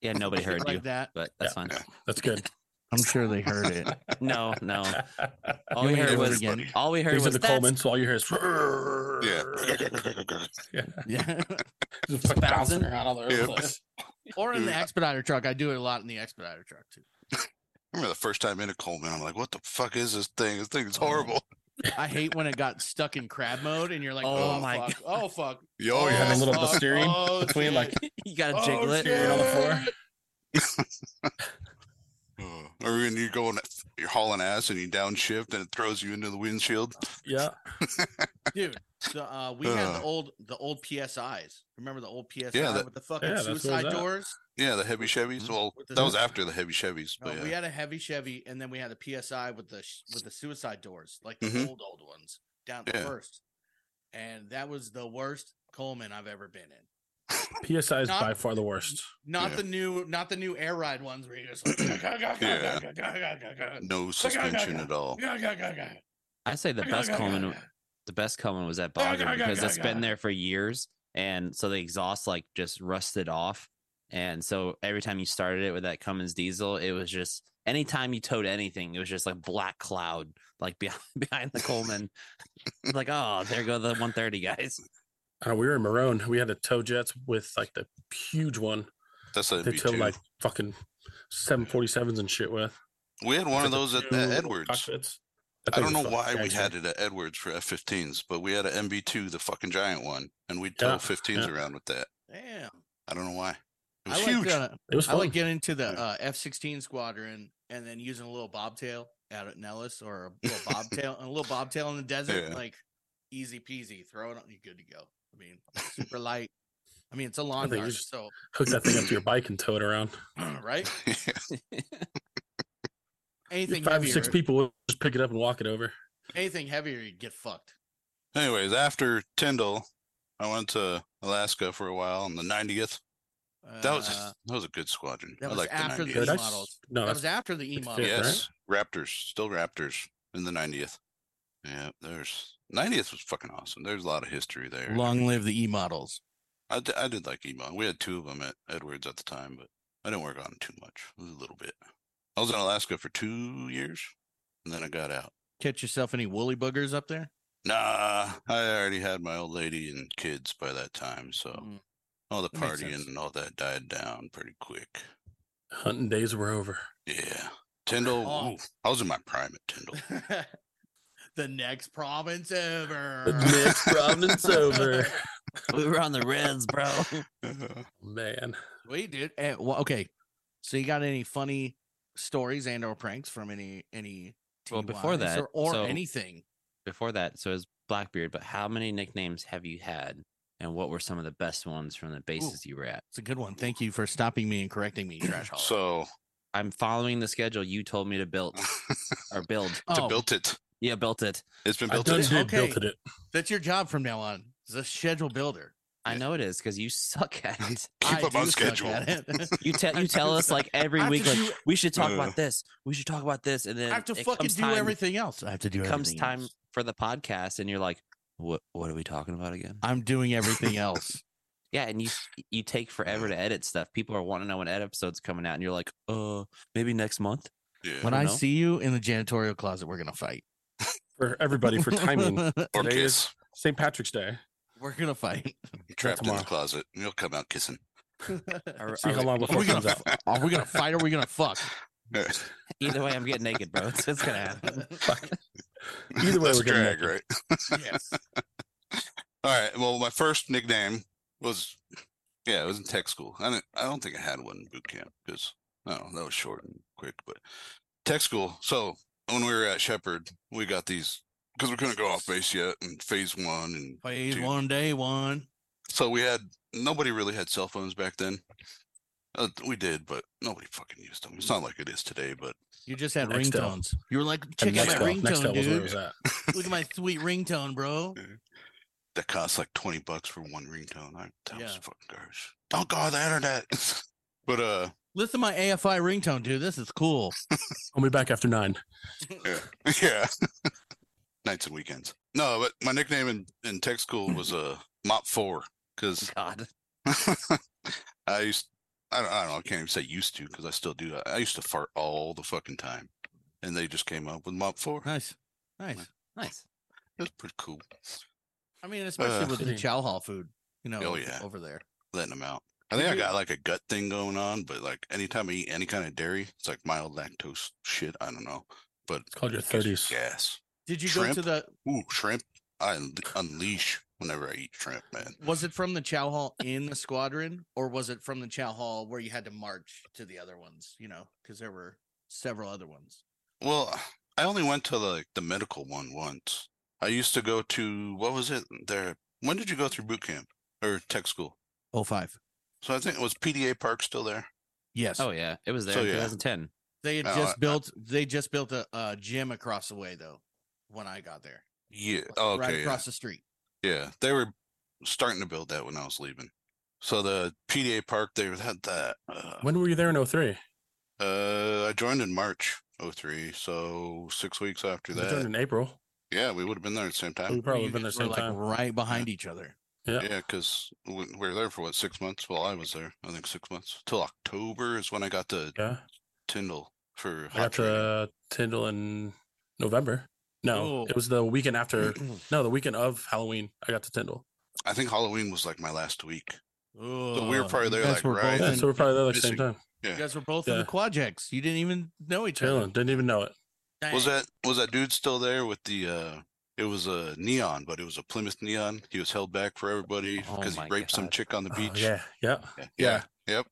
Yeah, nobody heard
like
you,
that?"
but that's fine.
Yeah.
That's good.
I'm sure they heard it.
No,
Um,
no. All
You
we
ain't
heard
never
was
forgetting.
all we heard
These are
was
the
that's
Coleman, so all you hear is.
Yeah.
yeah.
Yeah.
Just fucking bouncing
Bouncing.
around all over the
Yeah.
place.
or in the expediter truck. I do it a lot in the expediter truck too.
remember the first time in a coal mine, I'm like, what the fuck is this thing? This thing is
Uh-huh.
Oh.
horrible.
I hate when it got stuck in crab mode and you're like,
Oh
oh,
my
fuck. Oh fuck.
Yo, oh,
had a
yeah.
little
fuck.
steering
Oh,
between,
shit.
like,
you gotta
Oh,
jiggle it.
shit. Steering on the floor.
Uh, Or when you go and you're hauling ass and you downshift and it throws you into the windshield.
Yeah.
dude. The, uh, we had the
Uh.
old the old PSIs. Remember the old PSI
that-
with the fucking
Yeah, that's what it
suicide
was at.
doors?
Yeah, the heavy Chevys.
Hmm?
Well,
With the-
that was after the heavy Chevys,
No,
but
We
Oh, yeah.
had a heavy Chevy, and then we had a PSI with the sh- with the suicide doors, like the
Mhm.
old old ones down the
Yeah.
first. And that was the worst Coleman I've ever been in.
PSI is
Not-
by far the worst.
Not
Yeah.
the new, not the new air ride ones where you're just like,
Yeah.
yeah.
no suspension at all.
I say the
Oh,
best Coleman the best Coleman was at Bogger because it's been there for years. And so the exhaust like just rusted off. And so every time you started it with that Cummins diesel, it was just anytime you towed anything, it was just like black cloud, like behind behind the Coleman. It's like, oh, there go the 130 guys.
Uh, we were in Maroon. We had the tow jets with like the huge one.
That's a
They towed
V2.
like fucking 747s and shit with.
we had one
It's like
of those at,
two
at
little
Edwards.
cockpits.
I don't know why we had it at Edwards for F15s, but we had an MB2, the fucking giant one, and we'd tow
Yeah,
15s
yeah.
around with that.
Damn.
I don't know why. It was
I
huge.
like, uh,
It was
I
fun.
like getting into the
Yeah.
uh, F-16 squadron and then using a little bobtail out at Nellis or a little bobtail and a little bobtail in the desert,
Yeah.
like easy peasy. Throw it on, you're good to go. I mean, super light. I mean, it's a
I
lawn
think
dart,
you just-
so
Hook that thing up to your bike and tow it around.
right.
You're
Anything
Five or
heavier,
six people will just pick it up and walk it over.
anything heavier, you get fucked.
Anyways, after Tyndall, I went to Alaska for a while on the 90th. That was
Uh,
that was a good squadron.
that
I
was
like the
after
90th.
the
Did I s-
models.
No,
that
Oh, that's
was after the E model.
right?
yes, Raptors, still Raptors in the 90th. Yeah, there's 90th was fucking awesome. There's a lot of history there.
Long live the E models.
I, d- I did like emo. We had two of them at Edwards at the time, but I didn't work on them too much. It was a little bit. I was in Alaska for two years, and then I got out.
Catch yourself any woolly boogers up there?
Nah, I already had my old lady and kids by that time, so
Mm.
all the
That makes
partying
sense.
and all that died down pretty quick.
hunting days were over.
Yeah, Tyndall.
Oh.
ooh, I was in my prime at Tyndall.
the next province ever.
The next province over.
we were on the Reds, bro.
Man.
Wait, dude. eh, well, okay. So you got any funny stories and or pranks from any any
Well, before
TYs
that,
or, or
so-
anything?
Before that, so it was Blackbeard, but how many nicknames have you had? And what were some of the best ones from the bases you were at?
It's a good one. Thank you for stopping me and correcting me, trash hauler.
so
I'm following the schedule you told me to build or build.
to
oh,
built it.
Yeah, built it.
It's been
I
built.
done
it.
did
Okay.
built it.
that's your job from now on. Is a schedule builder.
I know it is because you suck at it.
Keep
I
them on
do suck
schedule.
at it.
You tell you tell us like every
I have
week,
to
like
do-
we should talk
Uh.
about this. We should talk about this, and then
I have to
it
fucking
comes
do
time-
everything else. I have to do
Comes
everything
time
else.
for the podcast, and you're like, what What are we talking about again?
I'm doing everything else.
Yeah, and you you take forever to edit stuff. People are wanting to know when ed episode's coming out, and you're like, uh, maybe next month.
Yeah.
when
I
I
know.
see you in the janitorial closet, we're gonna fight.
For everybody, for timing.
or
today is-
kiss.
St. Patrick's Day.
we're gonna fight.
Trapped in the
tomorrow.
closet. You'll come out kissing.
Are-
See
are
how
we-
long
Are
before
we
it
gonna
comes out.
f- are we gonna fight or are we gonna fuck?
Either way, I'm getting naked, bro. It's, it's gonna happen.
Either way,
That's
we're getting
drag,
naked.
right?
yes.
All right. Well, my first nickname was, yeah, it was in tech school. I didn't, I don't think I had one in boot camp because I don't know, that was short and quick. But tech school. So when we were at Shepherd, we got these because we couldn't go off base yet in phase one, and
Phase
Dude.
one, day one.
so we had nobody really had cell phones back then. Uh, we did, but nobody fucking used them. It's not like it is today, but
You just had
Nextel.
ringtones. You were like,
And
check out my
Nextel- Nextel was
ringtone,
where it
dude.
was at.
Look at my sweet ringtone, bro.
that costs like 20 bucks for one ringtone. I, that was
Yeah.
fucking garbage. Don't go on the internet. but uh,
Listen to my AFI ringtone, dude. This is cool.
I'll be back after nine.
yeah, yeah. Nights and weekends. No, but my nickname in, in tech school was uh, Mop Four because
God,
I used I don't, I don't know. I can't even say used to because I still do. that. I used to fart all the fucking time, and they just came up with mop four.
Nice, nice.
Nice.
That's pretty cool.
I mean, especially
Uh,
with the
Same.
chow hall food, you know,
Oh, yeah.
over there.
Letting them out. I think I got like a gut thing going on, but like anytime I eat any kind of dairy, it's like mild lactose shit. I don't know, but
It's called your
it gives me
30s.
Gas.
Did you go
Shrimp?
to the?
Ooh, shrimp. I unle- unleash whenever I eat shrimp, man.
Was it from the chow hall in the squadron, or was it from the chow hall where you had to march to the other ones? You know, because there were several other ones.
Well, I only went to like the medical one once. I used to go to what was it there? When did you go through boot camp or tech school?
Oh five.
So I think it was PDA Park still there.
Yes.
Oh yeah, it was there
So,
in
yeah.
2010.
They had
No,
just
Oh, I-
built. they just built a, a gym across the way though. When I got there,
Yeah.
like,
Oh,
right
okay. yeah.
across the street.
Yeah, they were starting to build that when I was leaving. So the PDA park, they had that. Uh,
When were you there in 03?
uh, I joined in March 03, so six weeks after
You joined
that.
in April.
Yeah, we would have been there at the same
We
time.
probably
you
been there
guys were,
same
like
time.
right behind each other.
Yeah.
Yeah, because we we were there for what six months. Well, I was there, I think six months till October is when I got to
Yeah.
Tyndall for
I got
hot training.
to Tyndall in November. No,
Oh.
it was the weekend after. no, the weekend of Halloween. I got to Tyndall.
I think Halloween was like my last week. we were probably
Ugh,
there,
you guys
like,
were
right-
both
Yeah,
in-
so we're probably there at the same
missing-
time.
you guys were both in the
Yeah.
quadjects. You didn't even know each other.
Chilling. Didn't even know it.
Was
Dang.
that was that dude still there with the uh it was a neon, but it was a Plymouth neon. He was held back for everybody
Oh
because
my
he raped some
God.
chick on the
Oh,
beach.
yeah. Yeah.
Yeah.
Yeah.
Yep.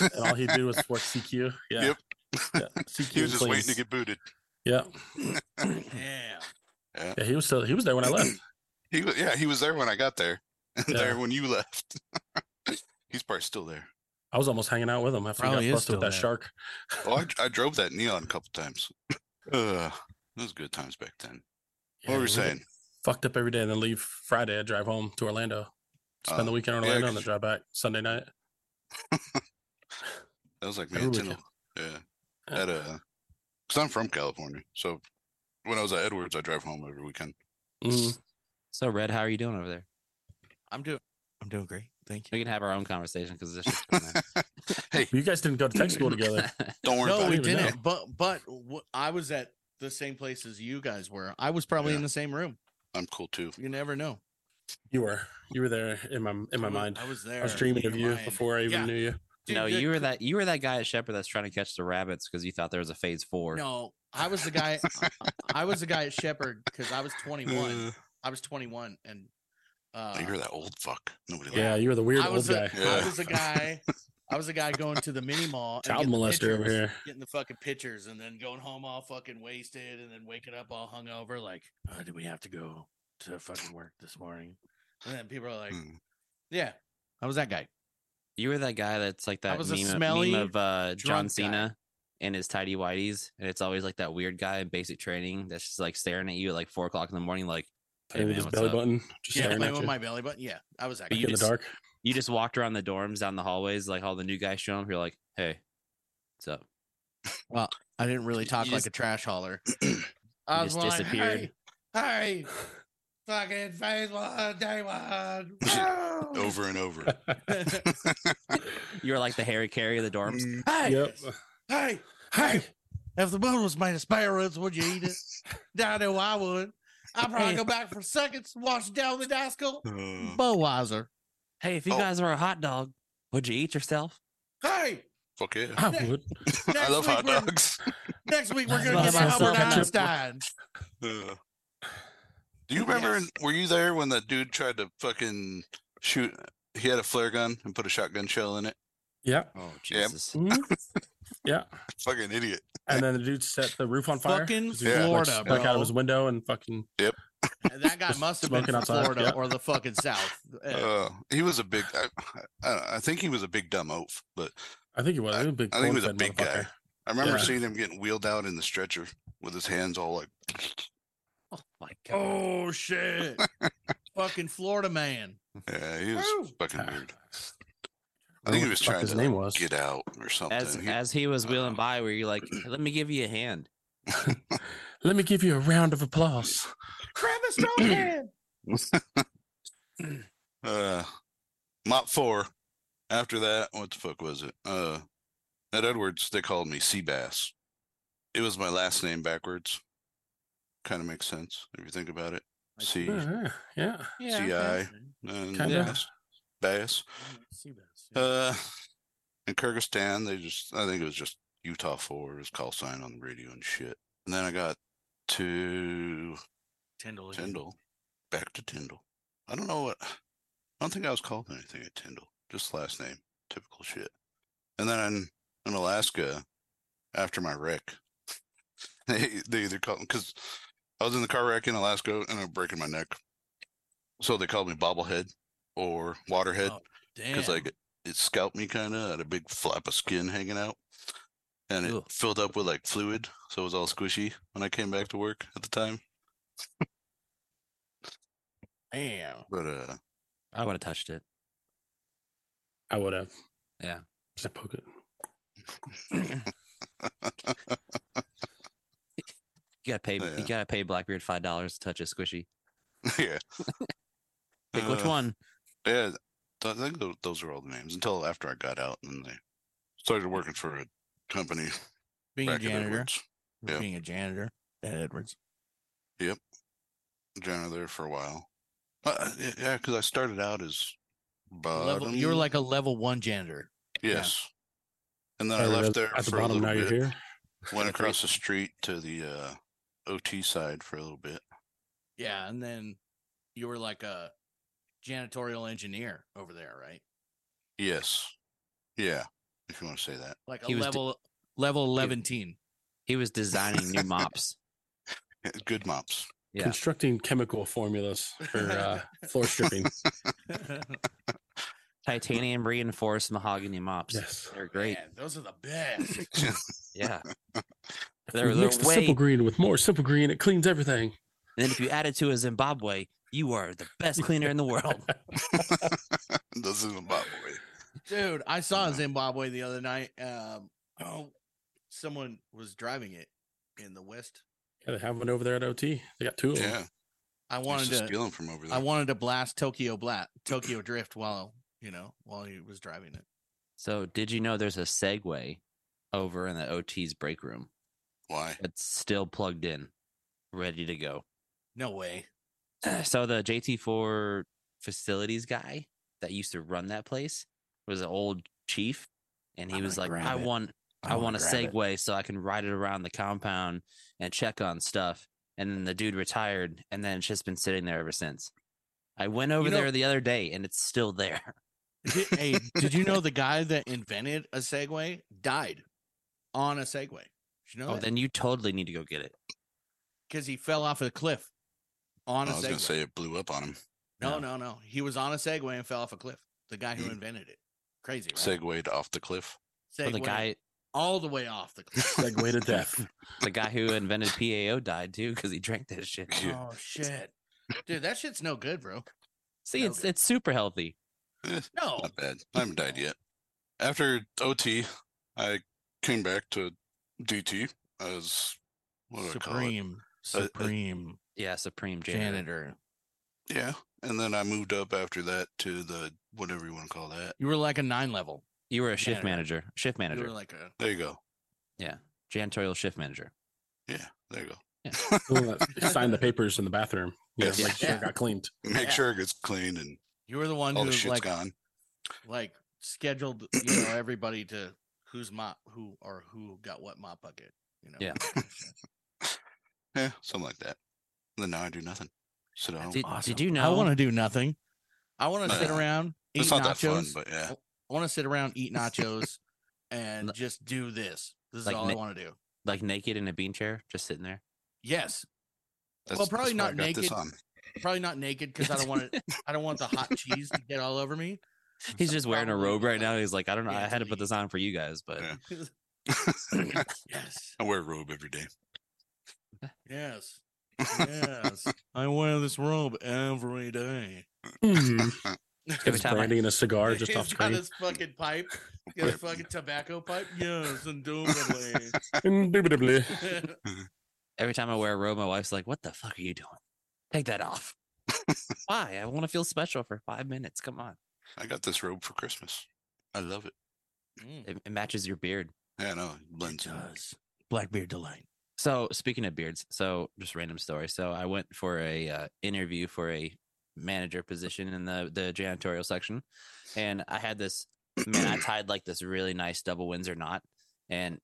And all he did was work CQ. Yeah.
Yep.
Yeah. CQ.
He was just
cleans.
waiting to get booted.
Yeah.
Yeah.
Yeah. He was still. He was there when I left.
He was yeah, he was there when I got there. And
Yeah.
there when you left. He's probably still there.
I was almost hanging out with him after
Probably
he
is
got busted
still
with that
there.
shark.
Oh, I, I drove that neon a couple times. Uh, those good times back then.
Yeah,
what were
we
we
get
saying?
Fucked up every day and then leave Friday. I drive home to Orlando. Spend
Uh,
the weekend in
yeah,
Orlando and
'cause-
then drive back Sunday night.
That was like me
Every
and
weekend.
Tyndall. Yeah. At uh because I'm from California. So when I was at Edwards, I drive home every weekend.
Mhm.
So Red, how are you doing over there?
I'm doing I'm doing great. Thank you.
We can have our own conversation because this. shit's going on.
hey,
You guys didn't go to tech school together.
don't worry
No,
about
we
it.
even know.
didn't. But but wh- I was at the same place as you guys were. I was probably
Yeah.
in the same room.
I'm cool too.
You never know.
You were. You were there in my in my
I was-
mind.
I was there.
I was dreaming
in
of
your
you
mind.
before I even
Yeah.
knew you.
Dude,
no,
the
you were
cr-
that you were that guy at Shepherd that's trying to catch the rabbits because you thought there was a phase four.
No, I was the guy. I was the guy at Shepherd because I was 21.
Uh,
I was 21, and uh,
I hear that old fuck. Nobody
Yeah,
likes
you were the weird
I
old
was
guy.
a, I
Yeah.
was a guy. I was a guy going to the mini mall. and
Child
getting the
molester over
pictures-
here.
Getting the fucking pictures and then going home all fucking wasted and then waking up all hungover. Like, oh, do we have to go to fucking work this morning? And then people are like,
Mm.
yeah, I was that guy.
You were that guy that's like that
was a
meme, meme
smelly,
of uh, John
drunk guy.
Cena and his tidy whities, and it's always like that weird guy in basic training that's just like staring at you at like four o'clock in the morning, like, hey
Playing with
man,
his
what's
belly
up?
button, just
Yeah,
staring
playing
at
with
you.
my belly button. Yeah, I was that guy.
Like in the
just-
dark.
You just walked around the dorms down the hallways, like all the new guys show up. You're like, hey, what's up?
I didn't really talk
you
like
just-
a trash hauler.
You just disappeared.
Hey, hey, fucking phase one, day one.
it.
woo!"
over and over.
You were like the Harry Carey of the dorms.
Mm,
Hey,
Yep.
hey, hey. If the moon was made of spare ribs, would you eat it? I know I would. I'd probably go back for seconds, wash down the Daskel.
uh,
Mm. Budweiser.
Hey, if you
Oh.
guys were a hot dog, would you eat yourself?
Hey,
fuck yeah.
I would.
next
I love
week
hot
we're-
dogs.
Next week we're
I
gonna
love
get Albert
myself a chip.
Einstein.
Uh, do you remember?
Yes.
in- Were you there when that dude tried to fucking shoot? He had a flare gun and put a shotgun shell in it.
Yep.
Oh,
Yeah.
Jesus.
Mm-hmm.
Mhm. yeah.
Fucking idiot.
And then the dude set the roof on fire.
Fucking
'cause he was, like,
Florida,
stuck out
bro.
of his window and fucking
And that guy
Just
must have been
smoking
from
outside,
Florida
yeah.
or the fucking South. Uh,
Uh, he was a big. I, I, I think he was a big dumb oaf, but
I think he was. He was a big
I think he was a
corn-fed
big
motherfucker.
guy. I remember
Yeah.
seeing him getting wheeled out in the stretcher with his hands all like.
Oh, my God.
oh shit! fucking Florida man.
Yeah, he was
Woo.
fucking
Ah.
weird.
I
I think
don't
he
know
was
what the fuck
trying
his
to
name
like,
was.
get out or
Oh,
something.
As
He-
as he was wheeling
Uh,
by, were you like, let me give you a hand?
Let me give you a round of applause.
Travis Strohan.
Uh, Mop four. After that, what the fuck was it? Uh, at Edwards, they called me Seabass. It was my last name backwards. Kind of makes sense if you think about it. See,
Yeah, yeah.
Yeah.
See,
okay.
I- and
Kinda.
bass. bass.
See this.
Uh, in Kyrgyzstan, they just, I think it was just Utah 4 was call sign on the radio and shit. And then I got to
Tyndall. again.
Tyndall, back to Tyndall. I don't know what, I don't think I was called anything at Tyndall, just last name, typical shit. And then in, in Alaska, after my wreck, they, they either called, because I was in the car wreck in Alaska and I'm breaking my neck. So they called me bobblehead or waterhead
Oh,
because
Damn.
like it scalped me kind of had a big flap of skin hanging out and it
Ugh.
filled up with like fluid so it was all squishy when i came back to work at the time
damn.
but uh
I would have touched it.
I would have.
Yeah.
Just poke it.
You gotta pay.
Yeah.
You gotta pay Blackbeard five dollars to touch a squishy.
yeah
Pick which
Uh,
one.
yeah th- i think tho- those were all the names until after i got out and they started working for a company
Being a
back in
janitor.
Edwards. yeah.
Being a janitor at Edwards.
janitor there for a while uh, yeah, yeah because i started out as
Level,
bottom
you were like a level one janitor. yeah.
yes and then i,
There it
left
is.
there
at the
for a
bottom.
little
Now
bit
you're here.
went across the street to the uh, OT side for a little bit.
Yeah, and then you were like a janitorial engineer over there, right?
Yes. Yeah. If you want to say that.
Like a
He was d-
level level eleven teen.
He was designing new mops.
Eh, Good mops.
Yeah.
Constructing chemical formulas for uh, floor stripping.
Titanium reinforced mahogany mops.
yes.
They're great.
Man, those are the best.
Yeah.
They're,
They're, they're
Mix the
way.
simple green with more simple green. It cleans everything.
And then if you add it to a Zimbabwe, you are the best cleaner in the world.
this is a bot boy.
Dude, I saw
Yeah.
Zimbabwe the other night. Um, oh, someone was driving it in the west.
Yeah, they have one over there at OT. They got two of them.
Yeah.
I
I used
wanted
to
to
steal them from over there.
I wanted to blast Tokyo Blat Tokyo Drift while you know while he was driving it.
So, did you know there's a Segway over in the OT's break room
Why?
that's still plugged in, ready to go?
No way.
so the JT4 facilities guy that used to run that place was an old chief, and he
I'm
was
gonna
like,
grab
"I
it.
want, I,
wanna
want a
grab it.
Segway so I can ride it around the compound and check on stuff." And then the dude retired, and then it's just been sitting there ever since. I went over
know-
there the other day, and it's still there.
Did, hey, did you know the guy that invented a Segway died on a Segway? Did you know
Oh,
that?
then you totally need to go get it.
Because he fell off a cliff on
Oh, I
a
was
Segway.
gonna say it blew up on him.
no, no, no. He was on a Segway and fell off a cliff. The guy who
Mm.
invented it. Crazy, right?
Segwayed off the cliff.
But the
Segway
guy,
all the way off the cliff.
Segway to death.
the guy who invented PAO died too because he drank that shit.
Yeah.
Oh shit. Dude, that shit's no good, bro.
See,
No
it's
good.
it's super healthy.
Eh,
No.
not bad. I haven't died yet. After OT, I came back to DT as what do I call it?
Supreme.
A- a-
Supreme
Yeah, Supreme janitor.
janitor.
Yeah. And then I moved up after that to the whatever you want to call that.
You were like a nine level.
You were a shift
Janitor.
manager, shift
You
manager,
were like a
There you go.
janitorial shift manager.
Yeah. There you go.
The one that uh, signed the papers in the bathroom. Yeah,
Yes.
make sure
Yeah.
it got cleaned.
Make
Yeah.
sure it gets clean and
you were the one
all
who
the shit's
like
gone.
like scheduled you know everybody to who's mop who or who got what mop bucket you know
Yeah.
Yeah, something like that. And then now I do nothing. Sit at home.
Did,
Awesome.
did you know?
i want to do nothing i want to sit
Nah.
around eat
It's not that fun,
nachos
but yeah.
i want to sit around eat nachos and
N-
just do this this is
Like
all i
na-
want to do
like naked in a bean chair, just sitting there.
yes
That's,
well, probably
that's why I
not
got
naked.
This on.
probably not naked because i don't want it i don't want the hot cheese to get all over me
He's
So
just wearing a
probably
robe right
not.
now. He's like, I don't know.
Yeah,
I
it's
had to put this on for you guys, but
Yeah.
yes
I wear a robe every day.
yes yes i wear this robe every day
Hmm.
Every
It's
time I-
brandy and a cigar just
He's
off
got
screen.
his fucking pipe, He's got his fucking tobacco pipe. Yes, indubitably.
Indubitably.
every time I wear a robe, my wife's like, "What the fuck are you doing? Take that off." Why? I want to feel special for five minutes. Come on.
I got this robe for Christmas. I love it.
Mm,
It, it matches your beard.
Yeah, no, it
it
blends in.
does. Blackbeard Delight.
So speaking of beards, so just random story. So I went for a uh, interview for a manager position in the the janitorial section, and I had this man. I tied like this really nice double Windsor knot, and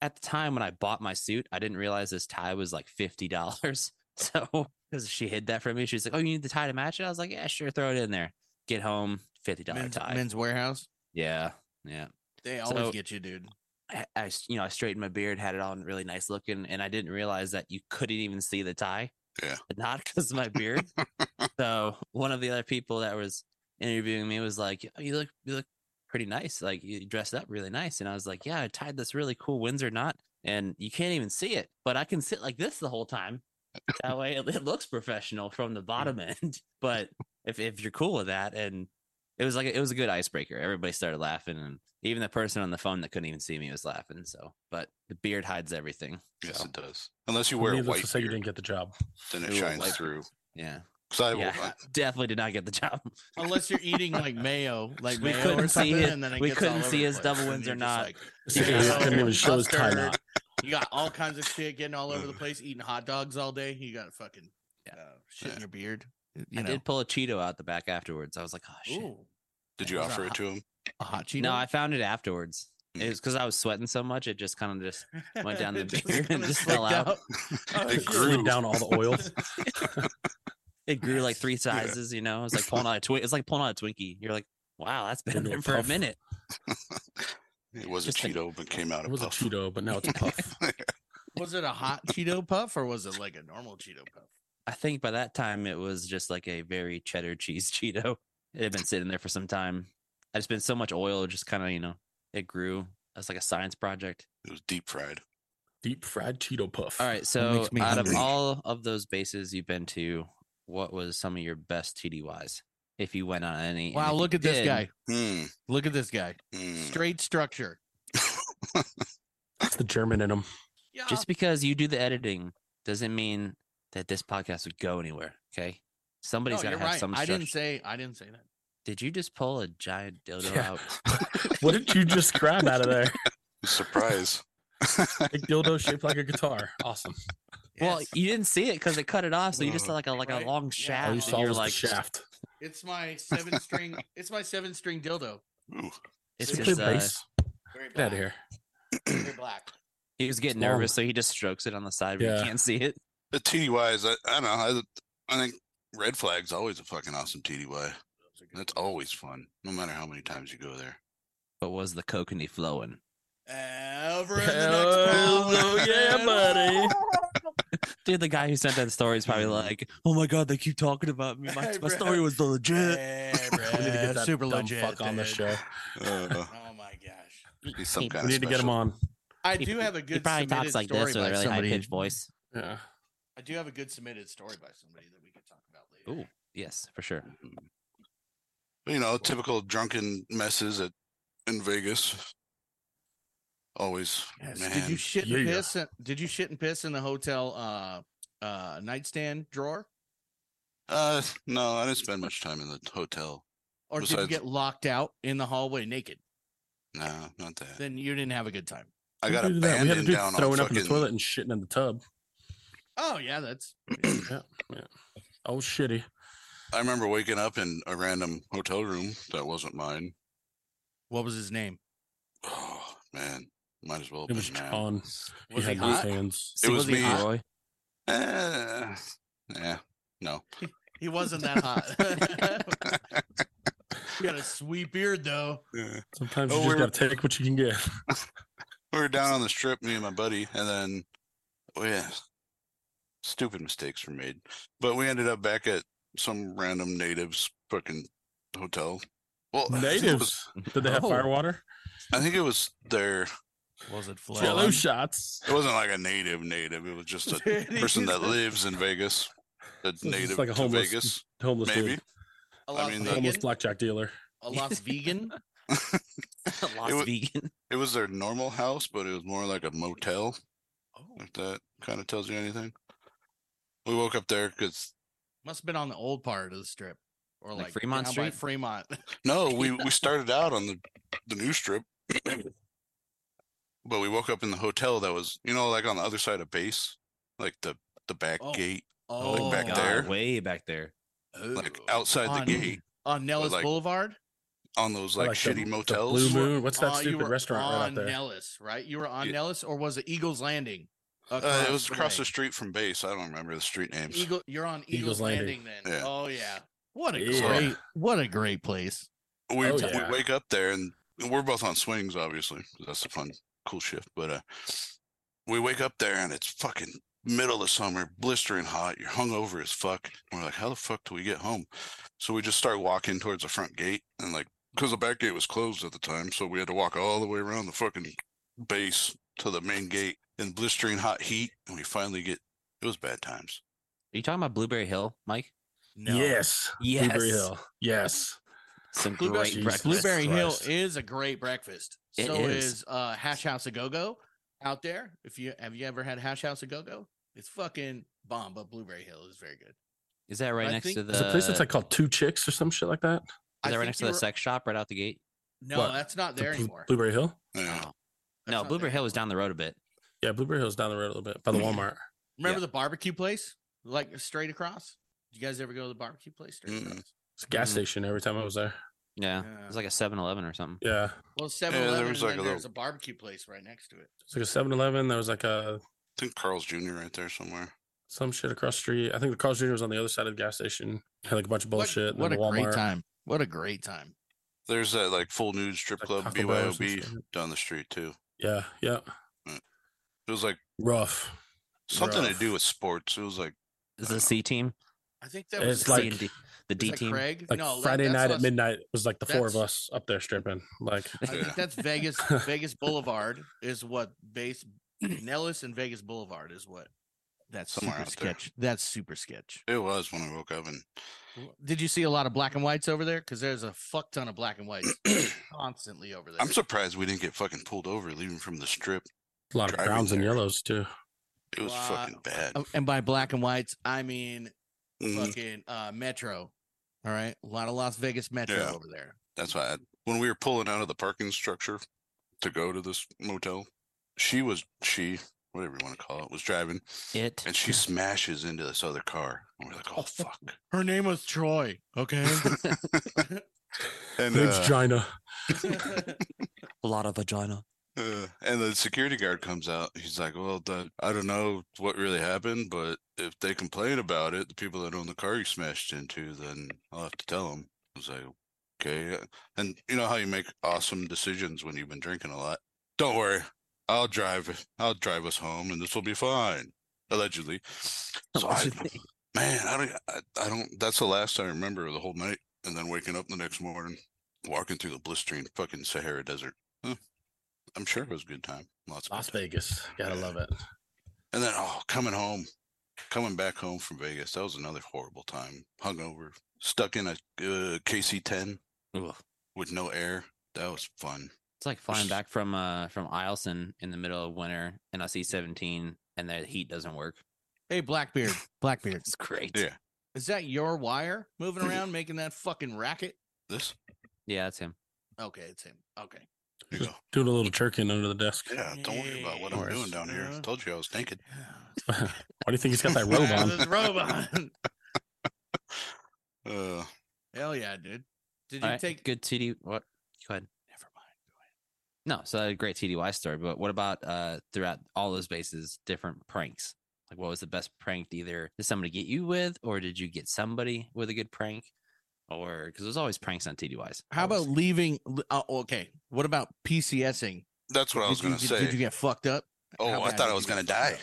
at the time when I bought my suit, I didn't realize this tie was like fifty dollars. So because she hid that from me, she's like, "Oh, you need the tie to match it." I was like, "Yeah, sure, throw it in there." Get home, fifty dollar
Men's,
tie.
Men's Warehouse.
Yeah, yeah.
They always
So-
get you, dude.
I, I s- you know, I straightened my beard, had it on really nice looking, and I didn't realize that you couldn't even see the tie.
Yeah.
Not because of my beard. so one of the other people that was interviewing me was like, "Oh, "You look, you look pretty nice. Like you dressed up really nice." And I was like, "Yeah, I tied this really cool Windsor knot, and you can't even see it, but I can sit like this the whole time. That way, it, it looks professional from the bottom end. But if if you're cool with that, and it was like it was a good icebreaker. Everybody started laughing, and even the person on the phone that couldn't even see me was laughing. So, but the beard hides everything.
Yes,
So,
it does. Unless you wear a
Needless
white
to say, you
beard,
didn't get the job.
then it
Ooh,
shines
white-
through.
yeah,
'Cause I,
yeah,
I-
definitely did not get the job.
Unless you're eating like mayo, like
We
mayo
couldn't
or
see
something,
his-
and then it
we
gets
couldn't
all over
see
the
his
place,
double
and
Windsor
you're just
knot.
like-
He
Yeah.
couldn't even show his tie
Mustard.
knot.
you got all kinds of shit getting all over the place, eating hot dogs all day. You got fucking
Yeah.
uh, shit
Yeah.
in your beard. You
I
know,
did pull a Cheeto out the back afterwards. I was like, oh shit.
Ooh,
did you
It was a
offer it
hot-
to him?
a hot Cheeto.
No, I found it afterwards. It
Mm.
was because I was sweating so much, it just kind of just went down the
It just
beard and
kinda
just fell
slicked
out.
Oh,
It
shit.
grew.
Slid down all the oil.
it grew like three
Yeah.
sizes, you know. It's like pulling out a Twinkie. It's like pulling out a Twinkie. You're like, wow, that's been in
Into a
there for a
puff.
minute.
It was a
Just like-
Cheeto, but came out
It
a
was a
puff.
Cheeto, but now it's a puff.
Was it a hot Cheeto puff or was it like a normal Cheeto puff?
I think by that time it was just like a very cheddar cheese Cheeto. It had been sitting there for some time. I just been so much oil, it just kind of you know, it grew. That's like a science project.
It was deep fried.
Deep fried Cheeto puff.
All right,
That
so
makes me
out of
hungry.
all of those bases you've been to, what was some of your best TDYs? If you went on any, and if
Wow,
you
look at this
did,
guy.
Hmm.
Look at this guy.
hmm.
Straight structure.
It's the German in him.
Yeah.
Just because you do the editing doesn't mean that this podcast would go anywhere. Okay, somebody's
no,
got to
you're
have
right.
some.
I didn't
structure.
say I didn't say that.
Did you just pull a giant dildo
Yeah.
out?
What did you just grab out of there?
Surprise.
Big dildo shaped like a guitar. Awesome.
Well,
Yes. Mm-hmm.
you didn't see it because it cut it off, so you just
Uh,
saw like a like
right?
a long
Yeah.
All
shaft.
Oh,
you
and
saw
you're
was
like,
the shaft.
it's my seven string. it's my seven string dildo.
Ooh,
It's
Did you
his,
play
uh,
bass?
Very black.
Get out of here.
Very black.
he was getting
It's long.
nervous, so he just strokes it on the side where
Yeah.
you can't see it.
the TDYs, I, I don't know. I, I think red flag's always a fucking awesome TDY. That's always fun, no matter how many times you go there.
But was the kokanee flowing?
Ever in the next
Oh,
round.
yeah, buddy.
Dude, the guy who sent that story is probably
Mm.
like, "Oh my god, they keep talking about me. My,
Hey,
my
bro.
story was legit."
Hey,
We need to
bruh,
get that
super
dumb
legit
fuck on the
dude.
show.
Uh,
Oh my gosh.
he's some
He-
kind
We
of
need to get him
special.
on.
I
He-
do have a
He
good
probably
submitted
talks like
story
this with
by
a really high
somebody.
pitched voice.
Yeah.
I do have a good submitted story by somebody that we could talk about later.
Ooh, yes, for sure.
You know, typical drunken messes at in Vegas. Always,
Yes.
man.
Did you shit and
Yeah.
piss? in- Did you shit and piss in the hotel uh uh nightstand drawer?
uh, no, I didn't spend much time in the hotel.
Or did you
Besides-
get locked out in the hallway naked?
No, not that.
Then you didn't have a good time.
I got
We do that. We had a
abandoned
dude
down on
throwing up in the
fucking.
toilet and shitting in the tub.
Oh yeah, that's
yeah, yeah. Oh, shitty.
I remember waking up in a random hotel room that wasn't mine.
what was his name?
Oh man, might as well.
It
have
was
been man.
John.
Was he
he had
hot?
loose hands.
See,
was
was he
me.
hot, Roy?
Eh, yeah, no.
He wasn't that hot. he had a sweet beard though.
Yeah.
Sometimes
Oh,
you just
we're-
gotta take what you can get.
We were down on the strip, me and my buddy, and then oh yeah, stupid mistakes were made. But we ended up back at some random natives fucking hotel. Well, I think it was-
Natives. Did they have
Oh.
fire water?
I think it was their.
Was it Flo?
Jello shots.
It wasn't like a native native. It was just a person that lives in Vegas. That's
So it's just
native
like a
to
homeless-
Vegas,
Homeless
maybe.
dude.
A
I
Las
mean, the-
Vegan?
Homeless blackjack dealer.
a Las Vegan?
Lost
wa-
vegan.
It was their normal house, but it was more like a motel.
Oh,
If that kind of tells you anything. We woke up there because
must have been on the old part of the strip, or
Like
like,
Fremont
down by
Street?
Fremont.
no, we we started out on the the new strip. but we woke up in the hotel that was, you know, like on the other side of base, like the the back
Oh.
gate,
Oh,
Like back
God,
there?
way back there.
like
oh.
outside
On-
the gate
on Nellis
like,
Boulevard.
on those
I
like,
the-
shitty
the Blue
motels.
Moon. What's that
Uh, you
stupid
were
restaurant right
on
out there?
Nellis, right? You were on
Yeah.
Nellis, or was it Eagles Landing?
Uh, it was across
way?
the street from base. I don't remember the street names.
Eagle, you're on Eagles,
Eagles
Landing.
Landing.
then.
Yeah.
Oh yeah. What a
Yeah.
great what a great place.
we,
Oh,
we
yeah.
wake up there and we're both on swings obviously 'cause that's a fun cool shift but uh we wake up there and it's fucking middle of summer blistering hot you're hungover as fuck and we're like how the fuck do we get home so we just start walking towards the front gate and like because the back gate was closed at the time so we had to walk all the way around the fucking base to the main gate in blistering hot heat and we finally get it was bad times
Are you talking about Blueberry Hill, Mike?
Yes.
Yes.
Blueberry Hill. Yes.
Some
Blueberry,
great
Jesus.
breakfast.
Blueberry Hill
Christ.
is a great breakfast.
It
so is,
is.
uh Hash House a Go Go out there. If you have you ever had Hash House a Go Go? It's fucking bomb, but Blueberry Hill is very good.
Is that right
I
next to
think-
the?
There's a place that's like called Two Chicks or some shit like that.
Is
I
that right
think
next to
you
the
were-
sex shop right out the gate?
No,
What?
that's not
The
there
Blue-
anymore.
Blueberry Hill.
yeah
Oh.
That's
No,
not
Blueberry
there
Hill was
anymore.
down the road a bit.
Yeah, Blueberry Hill's down the road a little bit by the Walmart.
Remember the barbecue place? Like straight across? Did you guys ever go to the barbecue place straight
Mm-mm.
across?
It's a
Mm.
gas
Mhm.
station every time I was there.
Yeah,
Yeah.
it was like a 7-Eleven or something.
Yeah.
Well, 7 Eleven,
was like a
there's
little-
a barbecue place right next to it.
It's like a 7 Eleven. There was like a
i think carl's jr right there somewhere
some shit across the street. I think the Carl's Jr. was on the other side of the gas station. Had like a bunch of bullshit. and
What,
then
what a
the
great
Walmart.
time. What a great time.
There's that like full nude strip
Like
club
Taco Bell or some shit.
BYOB down the street too.
Yeah. Yeah.
It was like
Rough.
something to
Rough.
do with sports. It was like
Is the C team?
I think that
It's
was
It's
C
like-
and D- the
was
D
that
team.
Craig?
Like
no, that-
Friday
that's
night at
Las-
midnight was like the four of
that's-
us up there stripping. Like
I think that's Vegas. Vegas Boulevard is what base Nellis and Vegas Boulevard is what. That's
Somewhere
super
out there.
sketch. That's super sketch.
it was when I woke up and
Did you see a lot of black and whites over there? Because there's a fuck ton of black and whites constantly over there.
I'm surprised we didn't get fucking pulled over leaving from the strip.
a lot of
Driving
browns and
there.
yellows too.
It was
Wow.
fucking bad.
Um, and by black and whites, I mean
Mhm.
fucking uh, Metro. All right, a lot of Las Vegas Metro
Yeah.
over there.
That's why I, when we were pulling out of the parking structure to go to this motel, she was she whatever you want to call it was driving
It.
and she smashes into this other car and we're like oh fuck
Her name was Troy. Okay.
and
Name's
uh,
Gina.
a lot of vagina.
Uh, and the security guard comes out. He's like, "Well, the, I don't know what really happened, but if they complain about it, the people that own the car you smashed into, then I'll have to tell them." I was like, "Okay." uh, And you know how you make awesome decisions when you've been drinking a lot. Don't worry, I'll drive. I'll drive us home, and this will be fine, allegedly. So I,
Allegedly.
man, I don't. I, I don't. That's the last I remember of the whole night, and then waking up the next morning, walking through the blistering fucking Sahara Desert. I'm sure it was a good time. Lots of
Las
good time.
Vegas. Gotta
Yeah.
love it.
And then oh, coming home, coming back home from Vegas, that was another horrible time. Hungover, stuck in a uh, KC-10
Ugh.
with no air. That was fun.
It's like flying back from uh from Ileson in the middle of winter in a C seventeen and the heat doesn't work.
hey, Blackbeard. Blackbeard.
It's great.
Yeah.
Is that your wire moving around, making that fucking racket?
This
Yeah, that's him.
Okay, it's him. Okay.
there you go.
Doing a little jerking under the desk.
Yeah, don't worry about what I'm
Nice.
doing down here.
Uh,
Told you I was naked.
Why do you think he's got that robe
Yeah,
on?
this robe on.
Uh,
Hell yeah, dude. Did you
All right,
take?
good TD what go ahead.
Never mind. Go ahead.
No, so that's a great TDY story, but what about uh throughout all those bases, different pranks? Like what was the best prank either did somebody get you with or did you get somebody with a good prank? Or because there's always pranks on TDYs.
How
always.
about leaving? l- Uh, okay. What about PCSing?
that's what I was
Did you-
gonna
did-
say.
Did you get fucked up?
oh,
how
I
bad did
thought I
you
was
get
gonna die.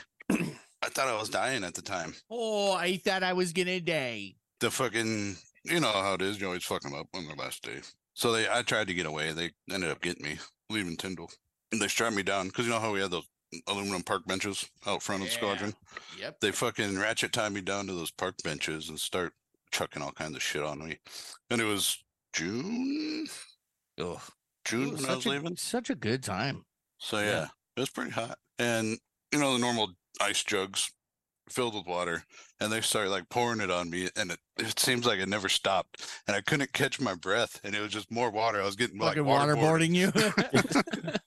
I thought I was dying at the time.
Oh, I thought I was gonna die.
the fucking you know how it is you always fuck them up on their last day so they i tried to get away they ended up getting me leaving tyndall and they strapped me down because you know how we had those aluminum park benches out front of the
Yeah.
squadron
Yep.
they fucking ratchet tied me down to those park benches and start chucking all kinds of shit on me and it was june
Ugh.
june
Ooh,
when i was
such, a,
leaving
such a good time.
so
Yeah.
yeah, it was pretty hot. And you know the normal ice jugs filled with water and they started like pouring it on me and it, it seems like it never stopped and I couldn't catch my breath and it was just more water. I was getting like
Fucking
waterboarded.
waterboarding you.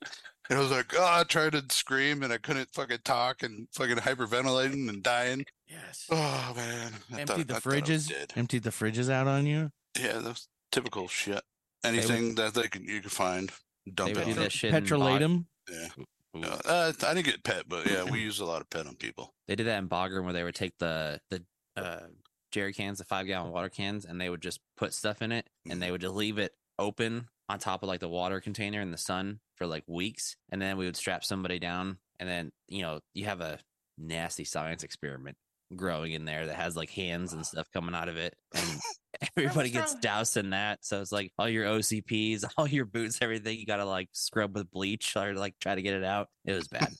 And I was like, oh, I tried to scream and I couldn't fucking talk and fucking hyperventilating and dying.
yes.
Oh man. I thought-
Emptied the
I thought I was
fridges.
dead.
Emptied the fridges out on you.
Yeah, that's typical shit.
would-
Anything that they can you can find, dump
would
it.
do
on
that
them.
Petro-
shit in
Petrolatum.
Yeah.
Ooh.
No, Uh, I didn't get pet, but yeah, we use a lot of pet on people.
They did that in Bagram where they would take the the uh, jerry cans, the five gallon water cans, and they would just put stuff in it, and they would just leave it open on top of like the water container in the sun for like weeks, and then we would strap somebody down, and then you know you have a nasty science experiment growing in there that has like hands and stuff coming out of it, and everybody gets
wrong?
doused in that. So it's like all your OCPs, all your boots, everything you gotta like scrub with bleach or like try to get it out. It was bad.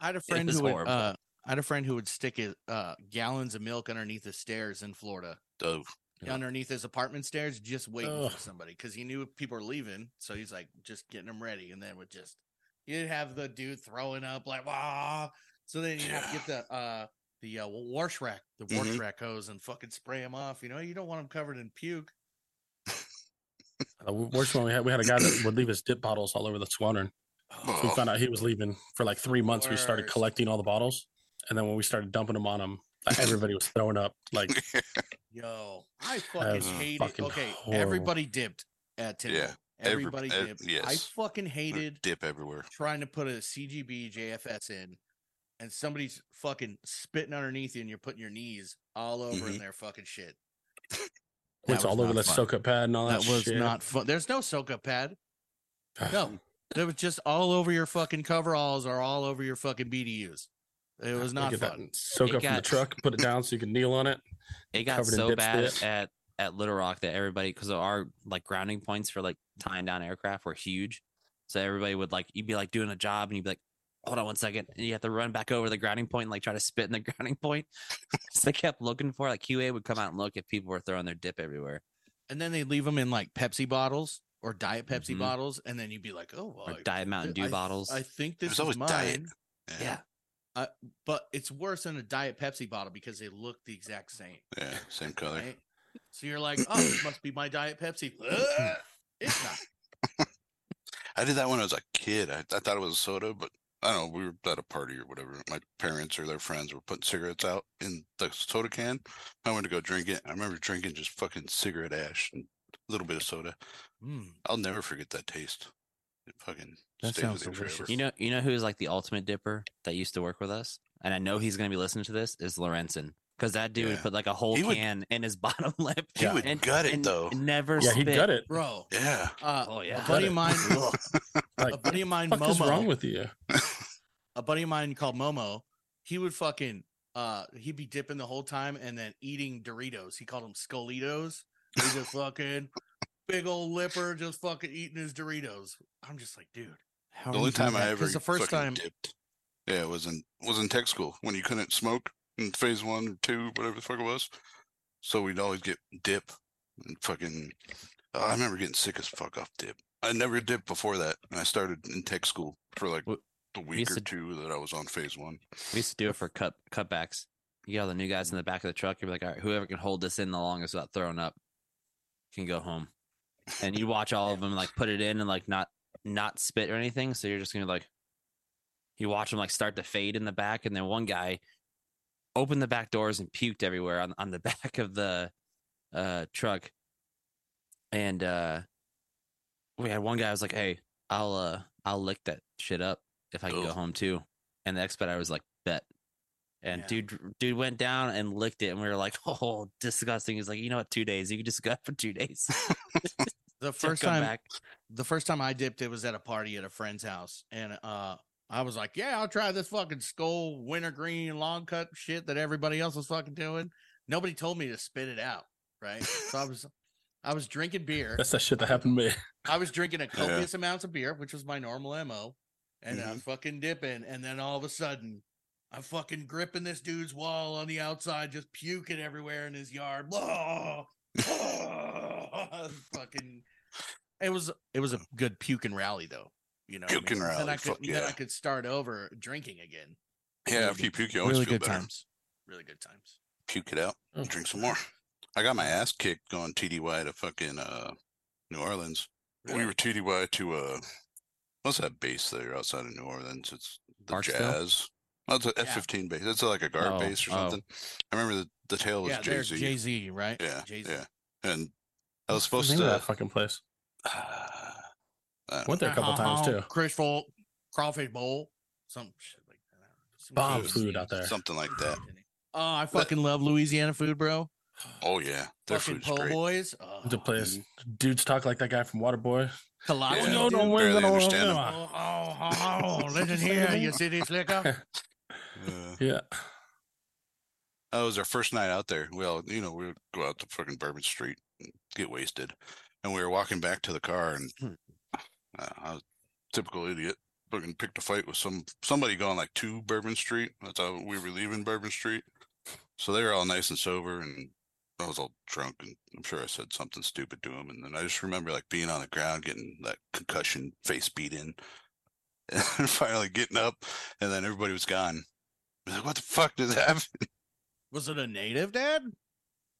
I had a friend
was
who would,
horrible.
uh, I had a friend who would stick his, uh, gallons of milk underneath the stairs in Florida,
So
Yeah.
underneath his apartment stairs, just waiting for
Ugh.
somebody because he knew people were leaving. So he's like just getting them ready, and then would just you'd have the dude throwing up like wow. So then you have to get the uh the uh, wash rack, the wash
Mhm.
rack hose, and fucking spray them off. You know you don't want them covered in puke.
The Uh, worst one we had, we had a guy that would leave his dip bottles all over the squadron. So we
Oh.
found out he was leaving for like three months. We started
Worst.
collecting all the bottles, and then when we started dumping them on him, like everybody was throwing up. Like
Yo, I fucking
was
hated.
fucking
okay,
horrible.
everybody dipped at Temple.
Yeah, every-
everybody
ev-
dipped. I
yes.
fucking hated
dip everywhere.
trying to put a CGB JFS in, and somebody's fucking spitting underneath you, and you're putting your knees all over in their fucking shit. That
it's
was
all over
not
the
fun.
soak up pad and all that.
That was
shit. Ah.
not fun. There's no soak up pad. No, it was just all over your fucking coveralls or all over your fucking BDUs. It was not
Get Ah, that
fun.
soak
It
up from the
got-
truck, put it down so you can kneel on it.
It got
covered in
so bad
dipstick.
at at Little Rock that everybody, because our like grounding points for like tying down aircraft were huge, so everybody would like you'd be like doing a job and you'd be like, hold on one second, and you have to run back over the grounding point and like try to spit in the grounding point. so they kept looking for like QA would come out and look if people were throwing their dip everywhere.
And then they leave them in like Pepsi bottles or Diet Pepsi
Mhm.
bottles, and then you'd be like, oh, well,
Or
I-
Diet Mountain
I-
Dew
I-
bottles.
I think this
There's
is
always
mine.
diet.
yeah,
but it's worse than a diet Pepsi bottle because they look the exact same.
Oh, Yeah. Same color.
Right? So you're like, oh, this must be my diet Pepsi. Ugh, it's not.
I did that when I was a kid. I, I thought it was a soda, but I don't know. We were at a party or whatever. My parents or their friends were putting cigarettes out in the soda can. I went to go drink it. I remember drinking just fucking cigarette ash and a little bit of soda.
Mm,
I'll never forget that taste. It fucking
That
stays with
sounds
you forever.
delicious.
you know, you know who's like the ultimate dipper that used to work with us, and I know he's gonna be listening to this is Lorenzen. Because that dude
Yeah.
would put like a whole
He would-
can in his bottom lip.
He would gut it, though.
Never
Yeah, he
spit.
got it.
bro.
Yeah.
Uh,
Oh, yeah.
A buddy
Got it.
of mine.
Like,
a buddy of mine,
what the fuck is
Momo.
wrong with you?
a buddy of mine called Momo. He would fucking. Uh, he'd be dipping the whole time and then eating Doritos. He called them Scolitos. He's just fucking big old lipper, just fucking eating his Doritos. I'm just like, dude. How are
The only
you doing
time I
that?
ever
'Cause the first
fucking
time
dipped, yeah, it was in was in tech school when you couldn't smoke in phase one or two, whatever the fuck it was. So we'd always get dip and fucking. oh, I remember getting sick as fuck off dip. I never dipped before that, and I started in tech school for like
Wh-
the week
used
or
to-
two that I was on phase one.
We used to do it for cut cutbacks. You get all the new guys in the back of the truck. You're like, all right, whoever can hold this in the longest without throwing up can go home. And you watch all of them like put it in and like not not spit or anything. So you're just gonna like you watch them like start to fade in the back, and then one guy opened the back doors and puked everywhere on on the back of the uh truck. And uh we had one guy was like, "Hey, I'll uh I'll lick that shit up if I can go
Ugh.
home too." And the expediter was like, "Bet." And
Yeah.
dude, dude went down and licked it, and we were like, "Oh, disgusting." He's like, "You know what? Two days. You can just go for two days."
the
Don't
first
come
time
back.
the first time I dipped, it was at a party at a friend's house, and uh, I was like, "Yeah, I'll try this fucking skull wintergreen long cut shit that everybody else was fucking doing." Nobody told me to spit it out, right? So I was, I was drinking beer.
That's that shit that happened to me.
I was drinking a copious amounts of beer, which was my normal mo, and
Mm-hmm.
I'm fucking dipping, and then all of a sudden. I'm fucking gripping this dude's wall on the outside, just puking everywhere in his yard. Blah, blah, fucking it was it was a good puke and rally though. You know, what I mean?
Puke and
Then I
rally,
could
fuck
then I
yeah.
could start over drinking again.
Yeah, after you puke, you always
Really
feel
good
better.
times. really good times.
puke it out,
Oh.
drink some more. I got my ass kicked going TDY to fucking uh New Orleans. We
Really?
were TDY to uh what's that base there outside of New Orleans? It's the
Clarksville?
Jazz. That's an
Yeah.
F fifteen base. It's like a guard
Oh,
base or
oh.
something. I remember the, the tale was
yeah,
Jay
there's Jay
Z.
Z, right?
Yeah,
Jay-Z.
yeah. And I was
What's
supposed
the name of
to
that fucking place?
Ah. I don't
Went there a couple times too.
Crash Bowl, crawfish bowl, some shit like that. Some
Bomb
KFC.
food out there.
something like that.
Oh, I fucking love Louisiana food, bro.
Oh yeah. Their
fucking
food's
po'
great.
boys. Oh,
The place dudes talk like that guy from Waterboy.
Colossal,
Yeah.
no,
dude.
no, we're
barely
gonna
understand him.
Oh, oh, oh, oh, listen here, you city slicker.
Uh,
Yeah,
That Oh, was our first night out there. Well, you know, we would go out to fucking Bourbon Street, and get wasted, and we were walking back to the car, and
Hmm.
uh, I was a typical idiot. Fucking picked a fight with some somebody going like to Bourbon Street. That's how we were leaving Bourbon Street. So they were all nice and sober, and I was all drunk, and I'm sure I said something stupid to him. And then I just remember like being on the ground, getting that concussion face beat in, and finally getting up, and then everybody was gone. I was like, what the fuck did that happen?
Was it a native, Dad?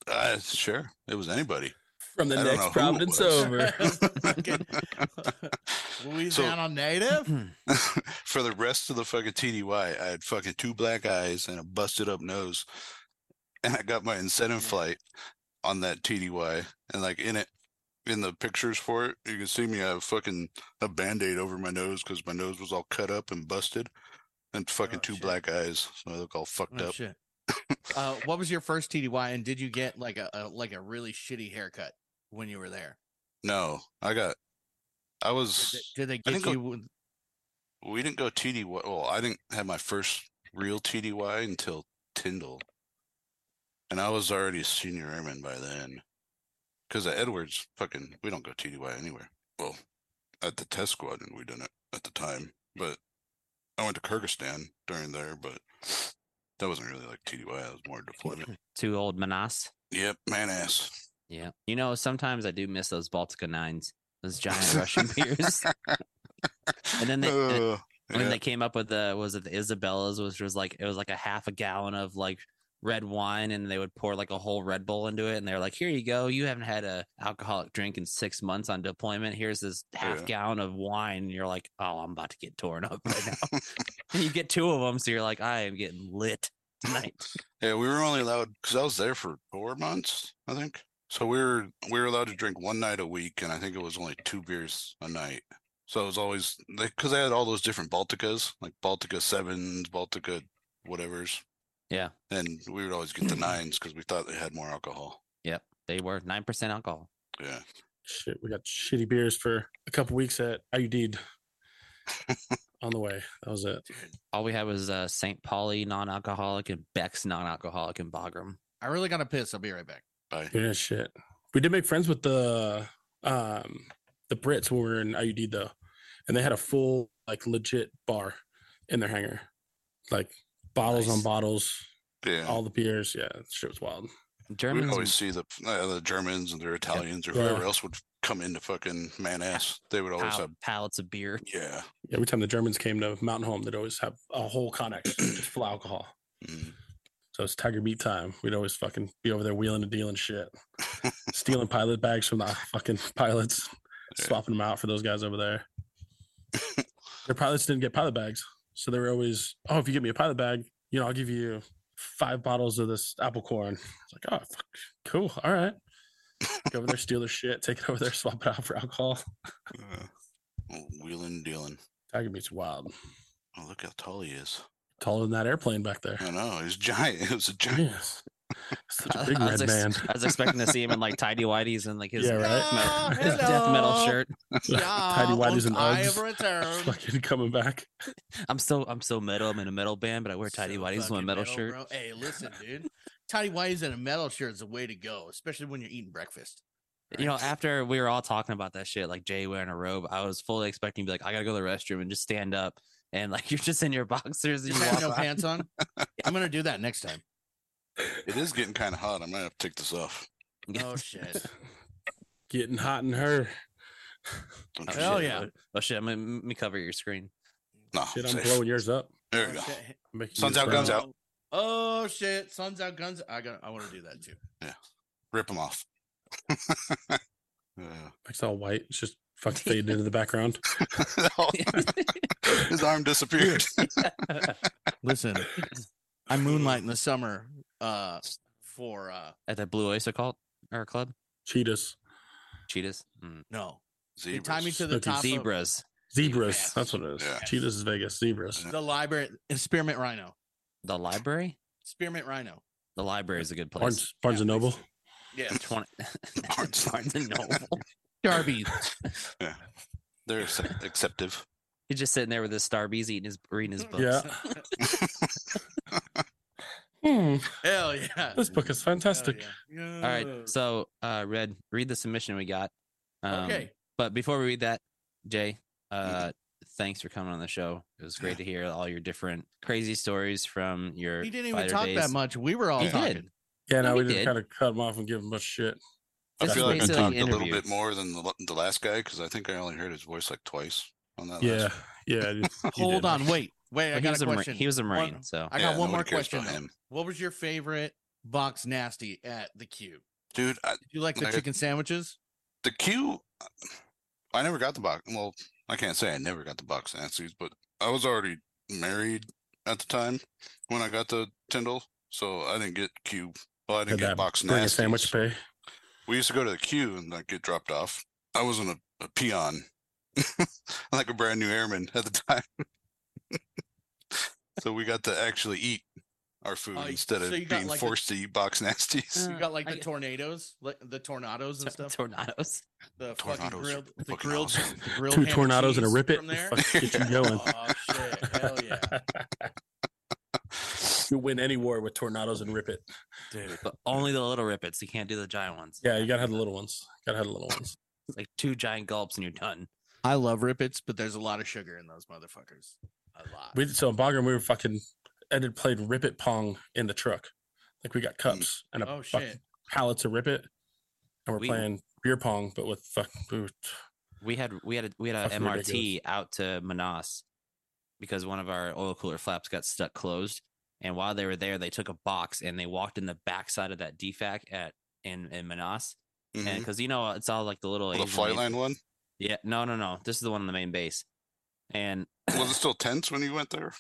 Uh, sure. It was anybody.
from the
I don't know
next
who it
Providence
was.
over.
Fucking Louisiana native?
For the rest of the fucking TDY, I had fucking two black eyes and a busted up nose. And I got my incentive
Yeah.
flight on that TDY. And like in it, in the pictures for it, you can see me. I have fucking a band aid over my nose because my nose was all cut up and busted. And fucking
Oh,
two
shit.
black eyes. So I look all fucked
Oh,
up.
shit. uh, what was your first TDY, and did you get like a, a like a really shitty haircut when you were there?
No, I got, I
Did
was.
they, did they
I
get
think
you? with-
We didn't go TDY. Well, I didn't have my first real TDY until Tyndall. And I was already a senior airman by then. Because at Edwards, fucking, we don't go TDY anywhere. Well, at the test squadron, we didn't at the time. But I went to Kyrgyzstan during there, but that wasn't really like TDY. That was more deployment.
Two old Manas.
yep, man ass.
Yeah. You know, sometimes I do miss those Baltica nines, those giant Russian beers. And then they-
Uh,
And then
yeah.
they came up with the was it the Isabella's, which was like it was like a half a gallon of like red wine, and they would pour like a whole Red Bull into it, and they're like, "Here you go, you haven't had a alcoholic drink in six months on deployment. Here's this half
Yeah.
gallon of wine." And you're like, "Oh, I'm about to get torn up right now." and you get two of them, so you're like, "I am getting lit tonight."
Yeah, we were only allowed because I was there for four months, I think. So we were we were allowed to drink one night a week, and I think it was only two beers a night. So it was always because they had all those different Balticas, like Baltica sevens, Baltica whatevers,
yeah,
and we would always get the nines because we thought they had more alcohol.
they were nine percent alcohol.
Yeah,
Shit, we got shitty beers for a couple weeks at IUD. On the way, that was it.
All we had was uh, St. Pauli non-alcoholic and Beck's non-alcoholic and Bagram.
I really got to piss. I'll be right back.
bye.
Yeah, shit. We did make friends with the um the Brits when we were in IUD though, and they had a full like legit bar in their hangar, like bottles on
Nice.
bottles,
Yeah,
all the beers. Yeah, that shit was wild.
we
Germans
always see the uh, the Germans and their Italians or
Yeah.
whoever else would come into fucking man ass. They would always
pal-
have
pallets of beer.
yeah.
Every time the Germans came to Mountain Home, they'd always have a whole Connex just full of alcohol.
Mm.
So it's Tiger Beat time. We'd always fucking be over there wheeling and dealing shit, stealing pilot bags from the fucking pilots,
Yeah.
swapping them out for those guys over there. Their pilots didn't get pilot bags, so they were always, "Oh, if you get me a pilot bag, you know, I'll give you five bottles of this apple corn." It's like, "Oh, fuck, cool, all right." Go over there, steal their shit, take it over there, swap it out for alcohol.
Uh, wheeling and dealing.
Tiger Beat's wild,
Oh, look how tall he is.
taller than that airplane back there.
I know he's giant. It was a giant.
Yes. Such a big
I was
red
ex-
man.
I was expecting to see him in like tidy whities and like his,
Yeah, right?
death,
Ah,
me- his death metal
hello.
shirt.
Tidy
Yeah,
whities and
I have
Uggs.
um,
returned.
Fucking coming back.
I'm so I'm so metal. I'm in a metal band, but I wear tidy
So
whities and a
fucking
metal, shirt.
bro. Hey, listen, dude. Tidy whities and a metal shirt is the way to go, especially when you're eating breakfast.
You know, after we were all talking about that shit, like Jay wearing a robe, I was fully expecting to be like, I gotta go to the restroom and just stand up. And like you're just in your boxers and
Just
you
have
walk
no
out.
pants on. I'm gonna do that next time.
It is getting kind of hot. I might have to take this off.
Oh shit.
Getting hot in her.
Oh,
Oh,
shit.
Hell
shit.
yeah.
Oh shit, I'm gonna- let me cover your screen.
No,
Shit, I'm
safe.
blowing yours up.
there you go.
Okay.
I'm making
Sun's
yours
out, guns
brown.
out.
Oh, Oh shit, sun's out, guns. I got. I want to do that too.
Rip them off. Yeah.
It's all white. It's just fucking faded into the background.
No. His arm disappeared.
Listen, I moonlight in the summer uh, for uh,
At that Blue Oyster Cult or Club?
Cheetahs,
Cheetahs? Mm.
no. They
Zebras.
tie me to the
Okay,
top of
Zebras.
zebras.
Yes.
That's what it is.
Yeah.
Cheetahs is Vegas. Zebras.
the library. Spearmint Rhino.
The library?
Spearmint Rhino.
The library is a good place.
Barnes, Barnes and
Yeah,
Noble.
Yeah.
20...
Barnes.
Barnes and Noble. Darby's.
They're accept- acceptive.
He's just sitting there with his Starbies eating his reading his books.
Yeah. Hmm,
Hell yeah.
this book is
Oh,
fantastic.
All right. So uh Red, read the submission we got. Um,
okay. Mm-hmm.
But before we read that, Jay, uh thanks for coming on the show. It was great to hear all your different crazy stories from your
He didn't even
fighter
talk
days.
that much. We were all
He did.
talking.
Yeah,
No,
now we
we
just
did.
kind of cut him off and give him much shit.
I
That's
feel like I
basically
talked a little
interviews.
bit more than the, l- the last guy because I think I only heard his voice like twice on that.
Yeah,
last
yeah. you- you
Hold
did.
on. Wait. Wait.
Well,
I
he,
got
was
a
a Mar-
question.
he was a Marine,
One-
so
I
Yeah,
got one
nobody
more
cares
question.
about
though.
him.
What was your favorite box nasty at the Cube?
dude. I,
Did you like the
Like-
chicken sandwiches?
the queue. I never got the box. Well, I can't say I never got the box Nancy's, but I was already married at the time when I got the Tyndall, so I didn't get Q. Well, I didn't
Had
get
that
box
Bring a
Nancy's.
sandwich pay.
we used to go to the queue and like get dropped off. I wasn't a, a peon, like a brand new airman at the time. so we got to actually eat our food
Oh, you-
instead
so you
of
got,
being
like, the-
forced to eat box nasties.
You
Uh,
got like
I
the
get-
tornadoes, like the tornadoes and stuff.
tornadoes.
The fucking
Tornadoes
grilled, the
fucking
grilled,
awesome.
the grilled
Two
ham
tornadoes and a
cheese
rip it.
From there.
Fucking get you going.
oh shit! Hell yeah,
You win any war with tornadoes and rip it.
dude!
But only the little rippets. You can't do the giant ones.
Yeah, you gotta have the little ones. Gotta have the little ones.
It's like two giant gulps and you're done.
I love rippets, but there's a lot of sugar in those motherfuckers. A lot.
We so in Bagram we were fucking Ed had played Rip It Pong in the truck. Like we got cups and a
oh
fucking
shit!
pallet to rip it, and we're
We-
playing beer pong, but with fuck. we were-
We had we had a, we had a
Fucking
MRT
ridiculous.
out to Manas because one of our oil cooler flaps got stuck closed. And while they were there, they took a box and they walked in the backside of that DFAC at in in Manas.
Mm-hmm.
And
Mhm.
because you know it's all like the little
Well, the
Asian
flight
lady-
line one
Yeah, no, no, no. This is the one on the main base. And
was it still tense when you went there?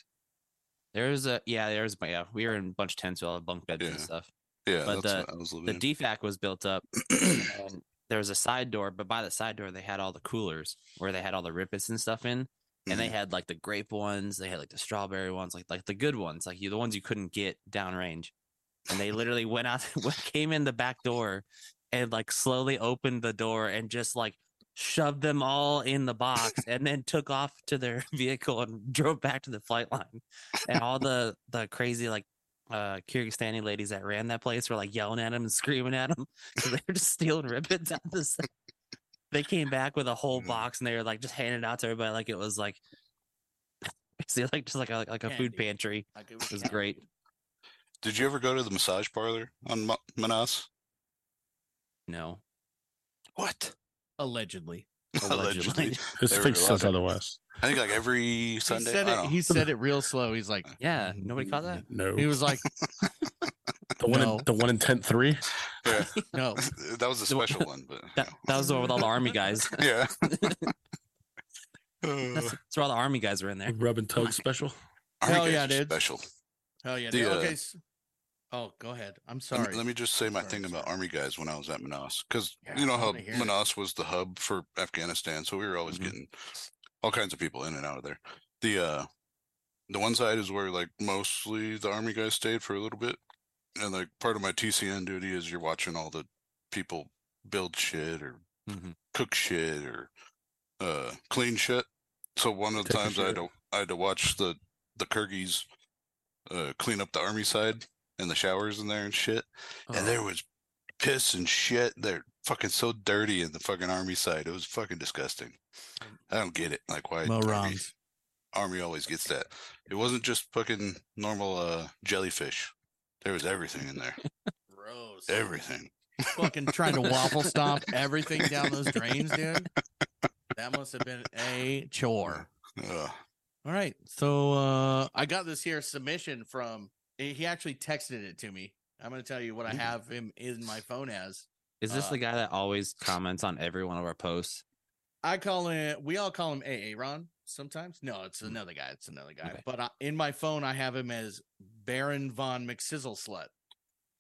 there was a yeah, there was yeah. We were in a bunch of tents with all the bunk beds and
Yeah.
stuff.
Yeah,
But
that's
the-
what I was
the
living. in.
DFAC was built up. and there was a side door, but by the side door, they had all the coolers where they had all the rippets and stuff in. And they
Mhm.
had like the grape ones, they had like the strawberry ones, like like the good ones, like you the ones you couldn't get downrange. And they literally went out, went- came in the back door, and like slowly opened the door and just like shoved them all in the box, and then took off to their vehicle and drove back to the flight line. And all the the crazy like uh Kyrgyzstani ladies that ran that place were like yelling at him and screaming at him because they were just stealing ribbons out of this. thing. They came back with a whole
Mm.
box and they were like just handing it out to everybody like it was like see like just like a like a
Candy.
food pantry.
Like,
It was great.
Did you ever go to the massage parlor on Ma- Manas?
No,
What?
Allegedly,
allegedly.
Allegedly.
His
They were
face says
allowed.
otherwise.
I think like every
he
Sunday.
said
I
it.
don't
He
know.
said it real slow. He's like,
yeah,
Mm-hmm,
nobody caught that.
No,
he was like,
the one
no.
in, the one in tent three.
Yeah,
no,
that was a
The one-
special one, but
That that was the one with all the army guys.
yeah.
That's,
Uh,
that's where all the army guys were in there.
Rub and tug special.
Army
Hell
guys
yeah,
are
dude.
Special.
hell yeah.
The,
dude.
uh,
okay. s- Oh, go ahead. I'm
Let me-
sorry.
Let me, just say my
Sorry,
thing about
sorry.
army guys when I was at Manas, because
Yeah,
you know
I
how
wanna hear it. Mm-hmm.
Manas was the hub for Afghanistan, so we were always
Mhm.
getting all kinds of people in and out of there. The uh, the one side is where like mostly the army guys stayed for a little bit, and like part of my TCN duty is you're watching all the people build shit or
Mm-hmm.
Mhm.
cook shit or uh clean shit. So one of the
Take a
times I
shit.
had to I had to watch the the Kyrgyz uh clean up the army side and the showers in there and shit.
Uh-huh.
And
Oh.
there was piss and shit. They're fucking so dirty in the fucking army side. It was fucking disgusting.
Mm.
I don't get it. Like why army,
Morons.
army always gets that. It wasn't just fucking normal uh jellyfish. There was everything in there.
Gross.
Everything.
fucking trying to waffle stomp everything down those drains, dude. That must have been a chore.
Ugh.
All right. So uh I got this here submission from He actually texted it to me. I'm going to tell you what I have him in my phone as.
Is this
Uh,
the guy that always comments on every one of our posts?
I call him. We all call him AA Ron sometimes. No, it's another guy. It's another guy.
Mm. Okay.
But I, in my phone, I have him as Baron von McSizzle Slut.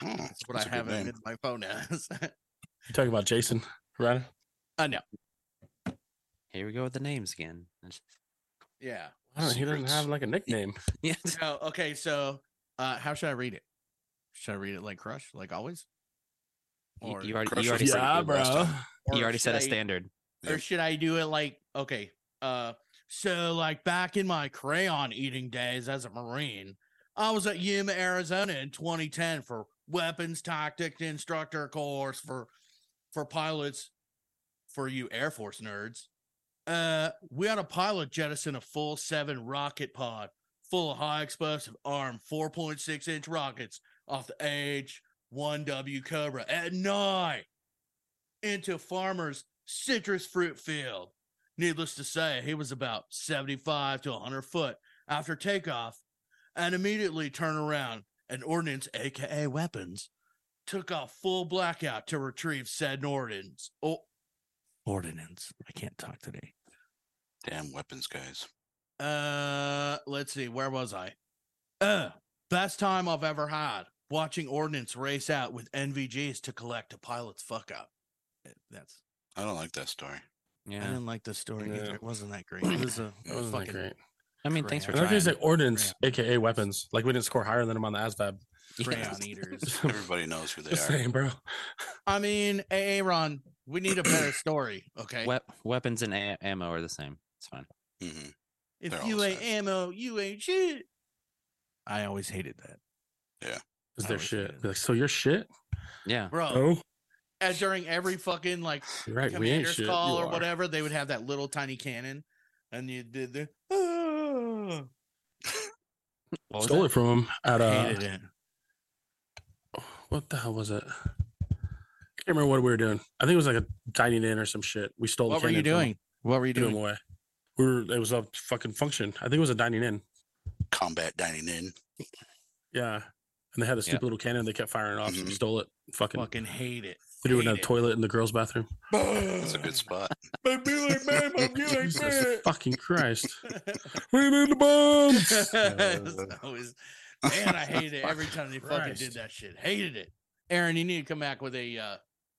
Hmm,
That's what
that's a
I have
good
him
name.
in my phone as.
You talking about Jason, right?
I know.
Here we go with the names again.
Yeah.
I don't know, he doesn't
Secrets.
have like a nickname.
Yeah.
So okay. So uh how should I read it? Should I read it like Crush, like always?
You,
Or,
you already,
Crush
you
or
already,
yeah,
said,
Frankie last
bro.
time.
you
or
already set a
should I-
standard.
or
Yep.
should I do it like okay, uh so like back in my crayon eating days as a Marine, I was at Yuma, Arizona in 2010 for weapons tactic instructor course for for pilots for you Air Force nerds. Uh we had a pilot jettison a full seven rocket pod full of high explosive armed 4.6 inch rockets off the age one W Cobra at night into farmers' citrus fruit field. Needless to say, he was about 75 to 100 foot after takeoff and immediately turned around and ordnance, aka weapons, took off full blackout to retrieve said ordnance. Oh, ordinance. I can't talk today.
Damn weapons, guys.
Uh, let's see. Where was I? Uh, best time I've ever had watching ordnance race out with NVGs to collect a pilot's fuck up. Uh, That's
I don't like that story.
I
Yeah.
didn't like this story
Yeah.
either. It wasn't that great. It was a
That wasn't
fucking.
that great.
I mean, thanks for
I like
trying.
they say ordnance, aka weapons. Like we didn't score higher than him on the ASVAB.
Yeah.
Crayon eaters.
Everybody knows who they
Just
are.
saying, bro.
I mean, Aaron, we need a better story. Okay.
Wep- weapons and a- ammo are the same. It's fine.
hmm
if
they're all
you
the
ain't
same.
ammo, you ain't shit. I always hated that,
Is
I
their
wish I
shit?
did.
Be Like, so your shit?
Yeah.
bro.
Oh,
As during every fucking like
you're right. We ain't
commander's
shit.
call
You
or
are.
whatever, they would have that little tiny cannon, and you did the. "Ah."
What was
Stole
that?
it from him at uh,
hated it.
what the hell was it? I can't remember what we were doing. I think it was like a dining in or some shit. We stole.
What
the
were you
cannon from him.
doing? What were you
Threw him
doing?
away. We were. It was a fucking function. I think it was a dining in.
Combat dining in.
Yeah. And they had a
Yeah.
stupid little cannon they kept firing off. So we
Mhm.
stole it. Fucking,
Fucking hate it.
threw it in
hate
a
Mm-hmm. it.
toilet in the girls' bathroom.
That's a good spot.
But be like, "Ma'am, I'm doing
Jesus
shit."
fucking Christ. we need the bombs.
Uh,
It's always- man, I hated it every time they fucking did
Christ.
that shit. Hated it. Aaron, you need to come back with a uh,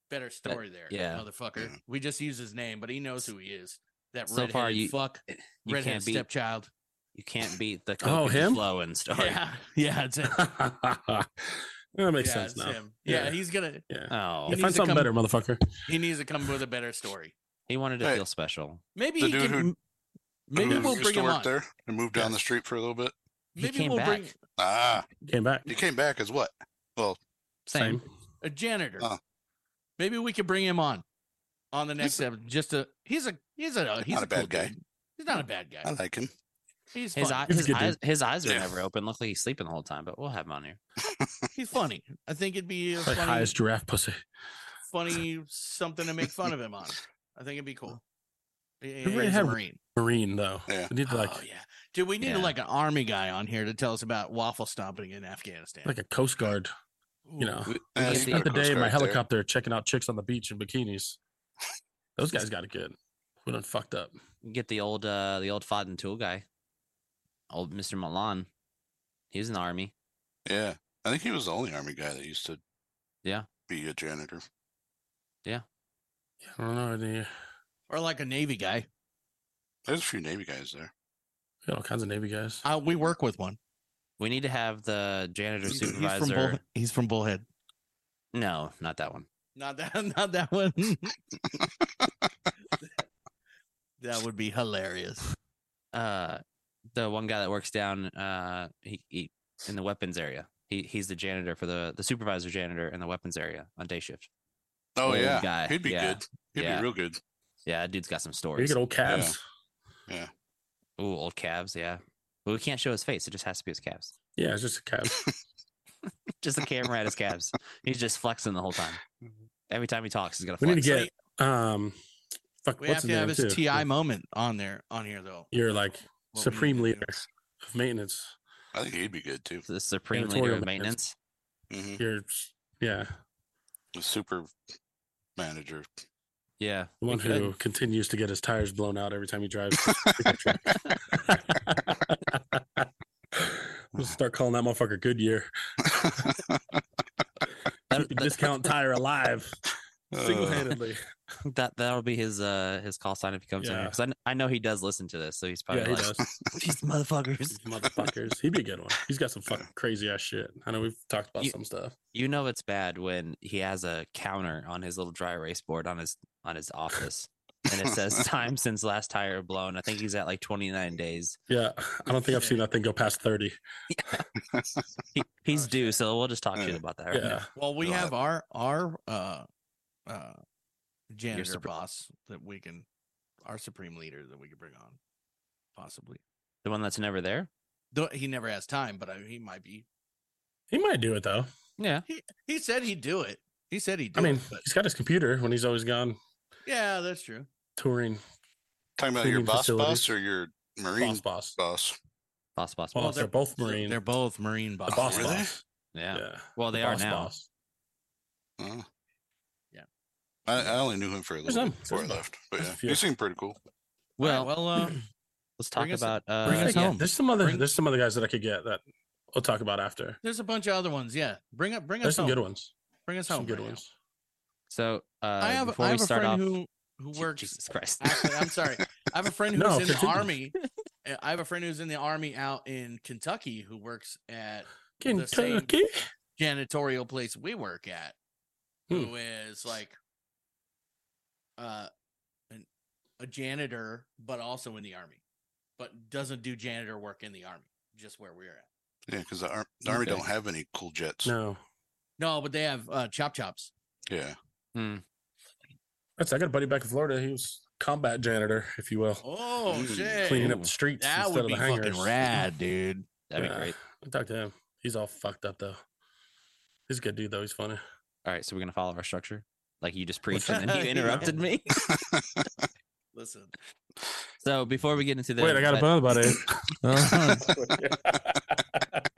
better story there,
yeah.
motherfucker.
Yeah.
We just use his name, but he knows who he is. That
So
red
far,
redheaded
you-
fuck,
You
redheaded
can't beat.
stepchild.
You can't beat the
Oh,
Coke and the
him?
flow and stuff.
Yeah, yeah, it's him.
that makes
yeah,
sense
it's
now.
him. Yeah,
Yeah.
he's gonna.
Yeah.
Oh,
yeah
needs
find
to
something
come-
better, motherfucker.
He needs to come with a better story.
he wanted to
Hey.
feel special.
Maybe
The
he
dude
can.
who-
maybe
Who
we'll
used
bring
to
him
work
on.
there and moved down the street for a little bit.
He
Maybe
came
we'll
back.
bring
Ah,
Came back.
he came back as what? Well,
Same.
a janitor.
Oh.
Maybe we could bring him on on the next
He's
episode. Just a he's a he's a he's
not a bad
cool
guy.
dude. He's not a bad
I
guy.
like him.
He's
His,
funny.
eye,
He's a
his,
good
eyes, his eyes are
Yeah.
never open. Look like he's sleeping the whole time, but we'll have him on here.
he's funny. I think it'd be a
Like high
funny,
as giraffe pussy.
funny something to make fun of him on. I think it'd be cool. Yeah,
really
he's a
had-
Marine.
Marine though.
Yeah.
We need like
oh yeah, dude. We need
Yeah.
like an army guy on here to tell us about waffle stomping in Afghanistan.
like a Coast Guard. You know,
Yeah,
get
you
the-
got
spent the
a Coast
day in my
Guard there.
helicopter checking out chicks on the beach in bikinis. Those guys got it good. We done fucked up.
Get the old uh the old Fodden tool guy. Old Mr. Milan. He was in the army.
Yeah, I think he was the only army guy that used to.
Yeah.
Be a janitor.
I don't know. Any, we
or like a Navy guy.
There's a few Navy guys there.
got all kinds of Navy guys.
Uh, we work with one.
We need to have the janitor
He's from
He's from Bull,
supervisor.
he's from Bullhead.
No, not that one.
Not that, not that one. that would be hilarious.
Uh the one guy that works down uh he, he in the weapons area. He he's the janitor for the the supervisor janitor in the weapons area on day shift.
Oh
Old
yeah,
guy,
he'd be
yeah,
good. He'd
yeah.
be real good.
Yeah, that dude's got some
You
stories.
get old calves.
Ooh, old calves, yeah. But we can't show his face. It just has to be his calves.
Yeah, it's just a calf.
Just the camera at his calves. He's just flexing the whole time. Every time he talks, he's gonna
We
flex.
need to get um fuck
We
what's
have
his
to have
name
his
too?
TI moment on there on here though.
You're like
What we need
supreme
to do.
leader of maintenance.
I think he'd be good too.
the supreme leader
Editorial
of
maintenance.
maintenance.
Mm-hmm.
hmm
You're, yeah,
The super manager.
Yeah,
the
we
one
could.
who continues to get his tires blown out every time he drives. We'll start calling that motherfucker Goodyear. Keep the discount tire alive
Uh,
single handedly.
that that'll be his uh his call sign if he comes in
Yeah.
because I, kn- I know he does listen to this, so he's probably
Yeah, he
like
does.
these motherfuckers.
These motherfuckers. He'd be a good one. He's got some fucking crazy ass shit. I know we've talked about
You-
some stuff.
You know it's bad when he has a counter on his little dry erase board on his on his office, and it says time since last tire blown. I think he's at like twenty nine days.
Yeah, I don't think I've seen that thing go past thirty.
He, he's
shit.
due, so we'll just talk
Yeah.
shit about that. Right
Yeah,
Well, we
You'll
have
have-
our our uh uh janitor
supre-
boss that we can our supreme leader that we could bring on possibly.
the one that's never there.
Though he never has time, but I, he might be.
he might do it though.
Yeah,
He he said he'd do it. He said he'd do
I mean,
it. But
he's got his computer when he's always gone
yeah, that's true.
touring.
Talking about your
Premium
boss
facilities.
boss or your Marine
Boss, boss,
boss?
boss,
boss.
boss, boss.
They're both
So
Marine.
They're both Marine
the
bosses.
boss,
were they?
boss.
Yeah.
The
Well, they are
boss,
now.
boss.
Oh.
Yeah.
I, I only knew him for a
There's
little
him.
bit before I
There's him.
left, but
There's a
yeah,
few.
he seemed pretty cool.
Well,
Well, well, uh,
let's talk
bring us-
about uh,
bring us
yeah,
home.
There's some other.
Bring-
There's some other guys that I could get that we'll talk about after.
there's a bunch of other ones. Yeah, bring up bring
There's
us
some
home.
good ones.
Bring us
Some
home.
good
right now.
ones.
So uh,
I have
before
I
we
have a
start
friend
off,
who who
Je-
works
Jesus Christ.
Actually, I'm sorry. I have a friend who's
No,
in the
continue.
army. Uh, I have a friend who's in the army out in Kentucky who works at The same-
Kentucky.
janitorial place we work at,
Hmm.
who is like uh an, a janitor, but also in the army, but doesn't do janitor work in the army, just where we're at.
Yeah, because the, ar- the army
Okay.
don't have any cool jets.
No,
No, but they have uh, chop chops.
Yeah,
Hmm.
that's. I got a buddy back in Florida. He was combat janitor, if you will,
Oh
Ooh,
shit!
cleaning up
Ooh.
the streets
that
instead
would
of
be
the hangars.
fucking rad, dude.
that'd be
Yeah.
great.
I talked to him. He's all fucked up though. He's a good dude though. He's funny.
All right, so we're gonna follow our structure, like you just
What's
preached, and then
that?
you interrupted me.
Listen,
So before we get into the
Wait, I got a
that-
bun about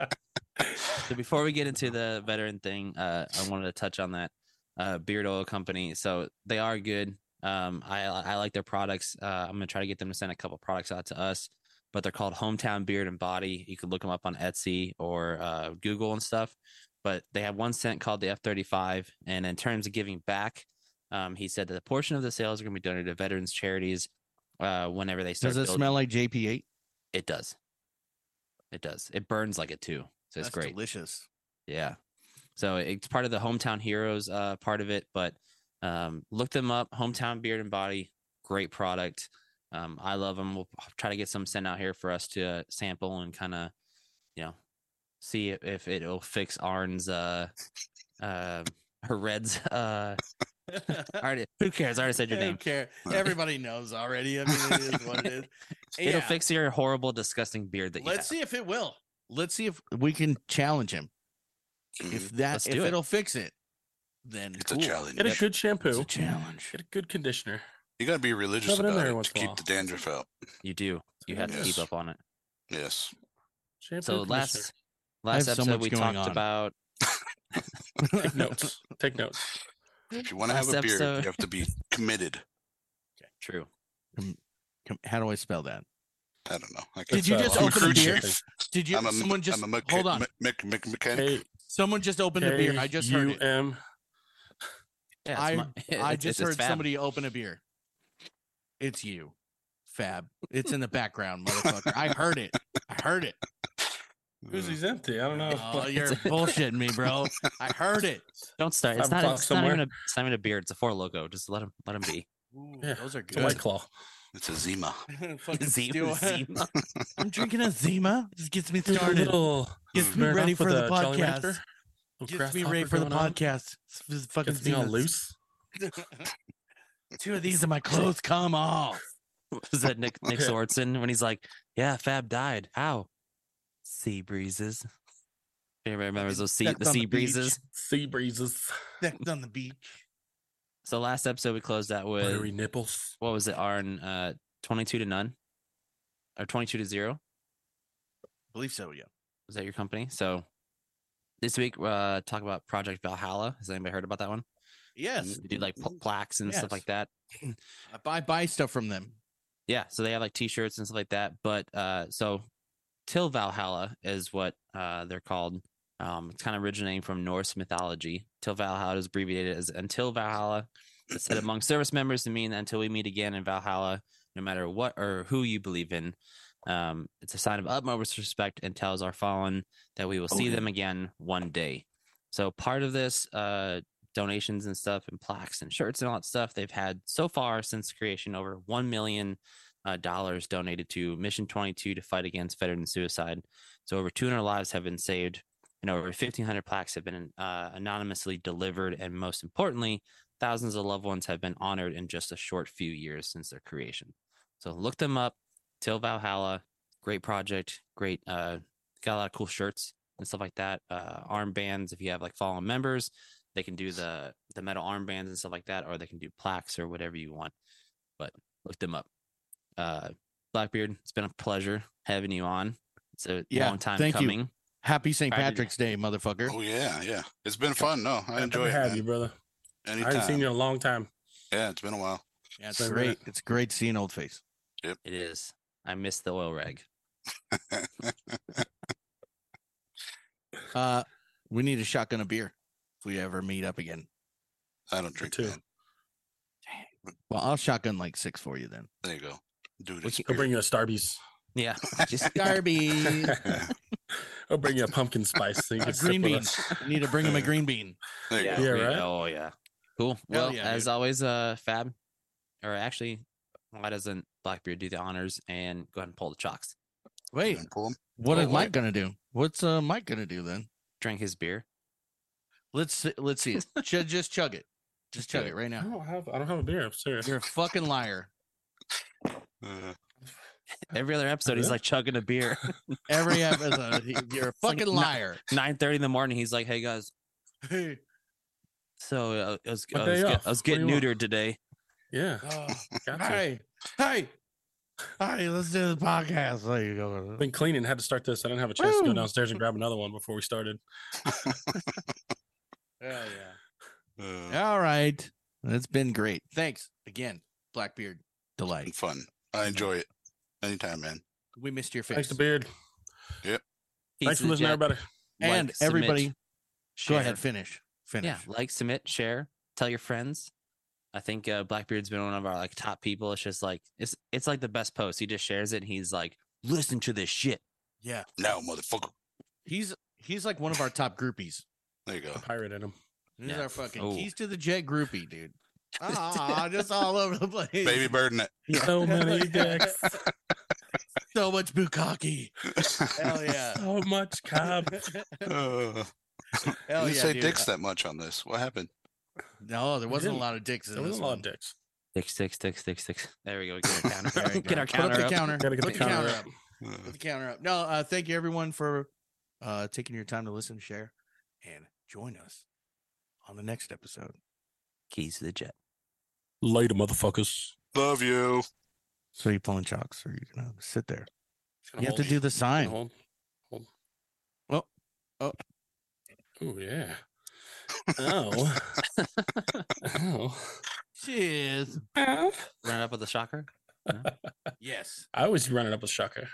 it. Uh-huh.
so before we get into the veteran thing, uh, I wanted to touch on that uh, beard oil company. So they are good. Um, I I like their products. Uh, I'm gonna try to get them to send a couple products out to us, but they're called Hometown Beard and Body. You can look them up on Etsy or uh, Google and stuff. But they have one scent called the F35, and in terms of giving back, um, he said that a portion of the sales are gonna be donated to veterans charities. Uh, whenever they start,
does it
building-
smell like JP8?
It does. It does. It burns like it too. So it's
That's
great.
delicious.
Yeah. So it's part of the hometown heroes uh, part of it, but um, look them up. Hometown Beard and Body, great product. Um, I love them. We'll try to get some sent out here for us to uh, sample and kind of, you know, see if, if it'll fix Arn's uh, uh, her Reds. Uh, I already, who cares? I already said your
I
name.
don't care. Everybody knows already. I mean, it is what it is.
It'll
Yeah,
fix your horrible, disgusting beard that you
Let's
have.
see if it will. Let's see if we can challenge him. If that
Mm, Let's
if
do it.
it'll fix it, then
mm-hmm. it's
cool.
a challenge.
Get a good shampoo.
It's a challenge.
Get a good conditioner.
You got to be religious
Rub it in
about
there
it
once
to
in a
keep
while.
the dandruff out.
You do. You have to keep
Yes.
up on it.
Yes.
Shampoo.
So
conditioner.
last last
have so
episode
much
we
going
talked
on.
about
take notes. Take notes.
If you want to have
Last
a beard,
episode-
you have to be committed.
true.
Com- How do I spell that?
I don't know. I
Did
That's,
you
uh,
just
I'm a
open a
crew
beer?
chief.
Did you?
I'm a, me-
someone just
I'm a mecha-
hold on.
me- mech- mech- mechanic.
K-
someone just opened a beer. I just heard it.
K-U-M.
Yeah, it's
I-
my-
I
it's-
just
it's
heard
fab.
somebody open a beer. It's you, Fab. It's in the background, motherfucker. I heard it. I heard it.
Mm.
Uzi's empty. I don't know.
Oh, you're bullshitting me, bro. I heard it.
Don't start. It's
Five
not,
o'clock
it's not even
somewhere.
a it's not even a beard. It's a four logo. Just let him let him be.
Ooh,
Yeah,
those are
It's a white
good.
claw.
It's a Zima.
Fucking steal-
Zima- Zima.
I'm drinking a Zima. This gets me
Do a
started.
little-
Gets me
Smirnoff
ready
with
for the
a Jolly
podcast.
Rancher. Little
Gets me ready
grasshopper
for the
going on.
podcast. This is fucking
Gets me all
Zima's-
loose.
Two of these and my clothes come off.
Was that Nick Nick
Yeah.
Swartzen when he's like, "Yeah, Fab died. How? Sea breezes. Anybody remembers
Fucking
those sea
stepped
the
on the
sea
beach.
breezes?
Sea breezes.
Stepped on the beach.
So last episode we closed out with
Buttery nipples.
what was it? Arn uh, twenty two to none, or twenty two to zero.
believe so, yeah.
was that your company? So this week, uh, talk about Project Valhalla. Has anybody heard about that one?
Yes,
They do like pl- plaques and stuff
Mm-hmm. Yes.
like that.
I buy buy stuff from them.
Yeah, so they have like t-shirts and stuff like that. But uh, so Till Valhalla is what uh, they're called. Um, it's kind of originating from Norse mythology. Till Valhalla is abbreviated as Until Valhalla. It's said among service members to mean until we meet again in Valhalla, no matter what or who you believe in. Um, it's a sign of utmost respect and tells our fallen that we will
Oh,
see
yeah.
them again one day. So part of this uh, donations and stuff and plaques and shirts and all that stuff they've had so far since creation over one million uh, dollars donated to Mission 22 to fight against veteran suicide. So over 200 lives have been saved, and over 1,500 plaques have been uh, anonymously delivered, and most importantly, thousands of loved ones have been honored in just a short few years since their creation. So look them up. Till Valhalla, great project, great. Uh, got a lot of cool shirts and stuff like that. Uh, armbands if you have like fallen members, they can do the the metal armbands and stuff like that, or they can do plaques or whatever you want. But look them up. Uh, Blackbeard, it's been a pleasure having you on. It's a
Yeah,
long time
thank you.
coming.
Happy St.
Happy-
Patrick's Day, motherfucker.
Oh yeah, yeah. It's been fun. No, I enjoy it.
have
man.
you, brother. I haven't seen
Anytime.
you in a long time.
Yeah, it's been a while.
Yeah, it's
Sorry,
great. It's great seeing old face.
It is. I miss the oil rag.
Uh, we need a shotgun of beer if we ever meet up again.
I don't drink.
too.
Man.
Well, I'll shotgun like six for you then.
There you go. Dude,
We
it's
can-
I'll bring you a Starbies.
Yeah. Just
Darby,
I'll bring you a pumpkin spice. So you
a
can sip with
green beans.
us.
We need to bring him a green bean.
there you
yeah,
go.
Yeah,
we-
right?
Oh yeah. Cool. well,
yeah,
as
dude.
always, uh Fab, or actually, why doesn't Blackbeard do the honors and go ahead and pull the chalks?
You
Wait,
gonna pull 'em?
what
Oh,
is Mike
wait.
gonna do? What's uh, Mike gonna do then?
Drink his beer.
Let's see, let's see it. Ch- just chug it. Just chug
Yeah.
it right
I
now.
don't have. I don't have a beer. I'm serious.
You're a fucking liar.
Uh,
Every other episode, he's
Really?
like chugging a beer.
Every episode, he- you're a
like
fucking
not-
liar.
Nine thirty in the morning, he's like, "Hey guys,
Hey,
so uh, I was, I
What
was,
day
get,
off?
I was
What do
getting
you want?"
neutered today."
Yeah.
uh,
Got to.
hey, hey, hey, let's do the podcast. There you go.
Been cleaning. Had to start this. I didn't have a chance to
Woo!
go downstairs and grab another one before we started.
Hell
uh,
yeah. All right. That's been great. Thanks again, Blackbeard.
and
Delight.
fun. I
Mm-hmm.
enjoy it. Anytime, man.
We missed your
Thanks
face.
to Beard. Thanks
Piece
for
of
listening,
the jet,
everybody.
like,
and
submit,
everybody, go
share.
ahead, finish. Finish.
Yeah, like, submit, share, tell your friends. I think uh, Blackbeard's been one of our like top people. It's just like it's it's like the best post. He just shares it. and He's like, "Listen to this shit."
Yeah.
Now, motherfucker.
He's he's like one of our top groupies.
There you go.
Pirate in him.
He's
Yeah.
our fucking
Oh.
keys to the jet groupie, dude. Ah, just all over the place.
Baby bird in it.
So many dicks.
so much bukkake. Hell yeah.
So much cob.
Uh,
Hell
you
yeah,
say
dude.
dicks that much on this. What happened?
No, there wasn't a
didn't.
lot of dicks in
There
this
was a lot
one.
of dicks.
Six, six, six, six, six. There we go. Get our counter.
There you
Get
go.
our
Put up the
counter up.
counter.
Gotta get
Put
the
the
counter
counter
up.
up.
Uh,
Put the counter up. No, uh, thank you everyone for uh, taking your time to listen, share, and join us on the next episode.
Keys to the jet.
Later, motherfuckers.
love you.
So you're pulling chalks, or you're gonna sit there.
Gonna
You have to
hold.
do the
Gonna
sign.
Hold. Hold.
Oh, oh.
Oh yeah. Oh. oh.
Cheers.
Run it up with a shocker.
yes,
I always run it up with shocker.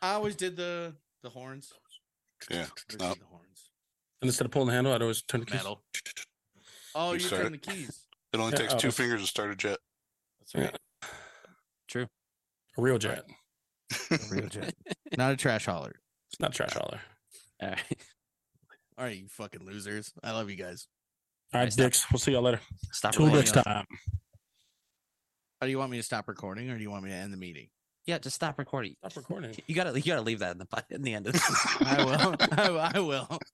I always did the the horns.
Yeah.
Always
Oh.
did the horns.
And instead of pulling the handle, I'd always turn the keys.
Metal. Oh,
You
you,
start
turn the
it.
keys.
It only
Yeah,
takes
oh.
two fingers to start a jet.
That's
Yeah.
right.
True.
A real jet.
Real jet. Not a trash hauler.
It's not trash hauler.
All right.
All right, you fucking losers. I love you guys.
All
Nice
right,
stuff.
dicks. We'll see y'all later.
Stop.
Till
recording
next
us.
time.
Or do you want me to stop recording, or do you want me to end the meeting?
Yeah, just stop recording.
Stop recording.
You gotta you gotta leave that in the in the end of this.
I will. I will. I will.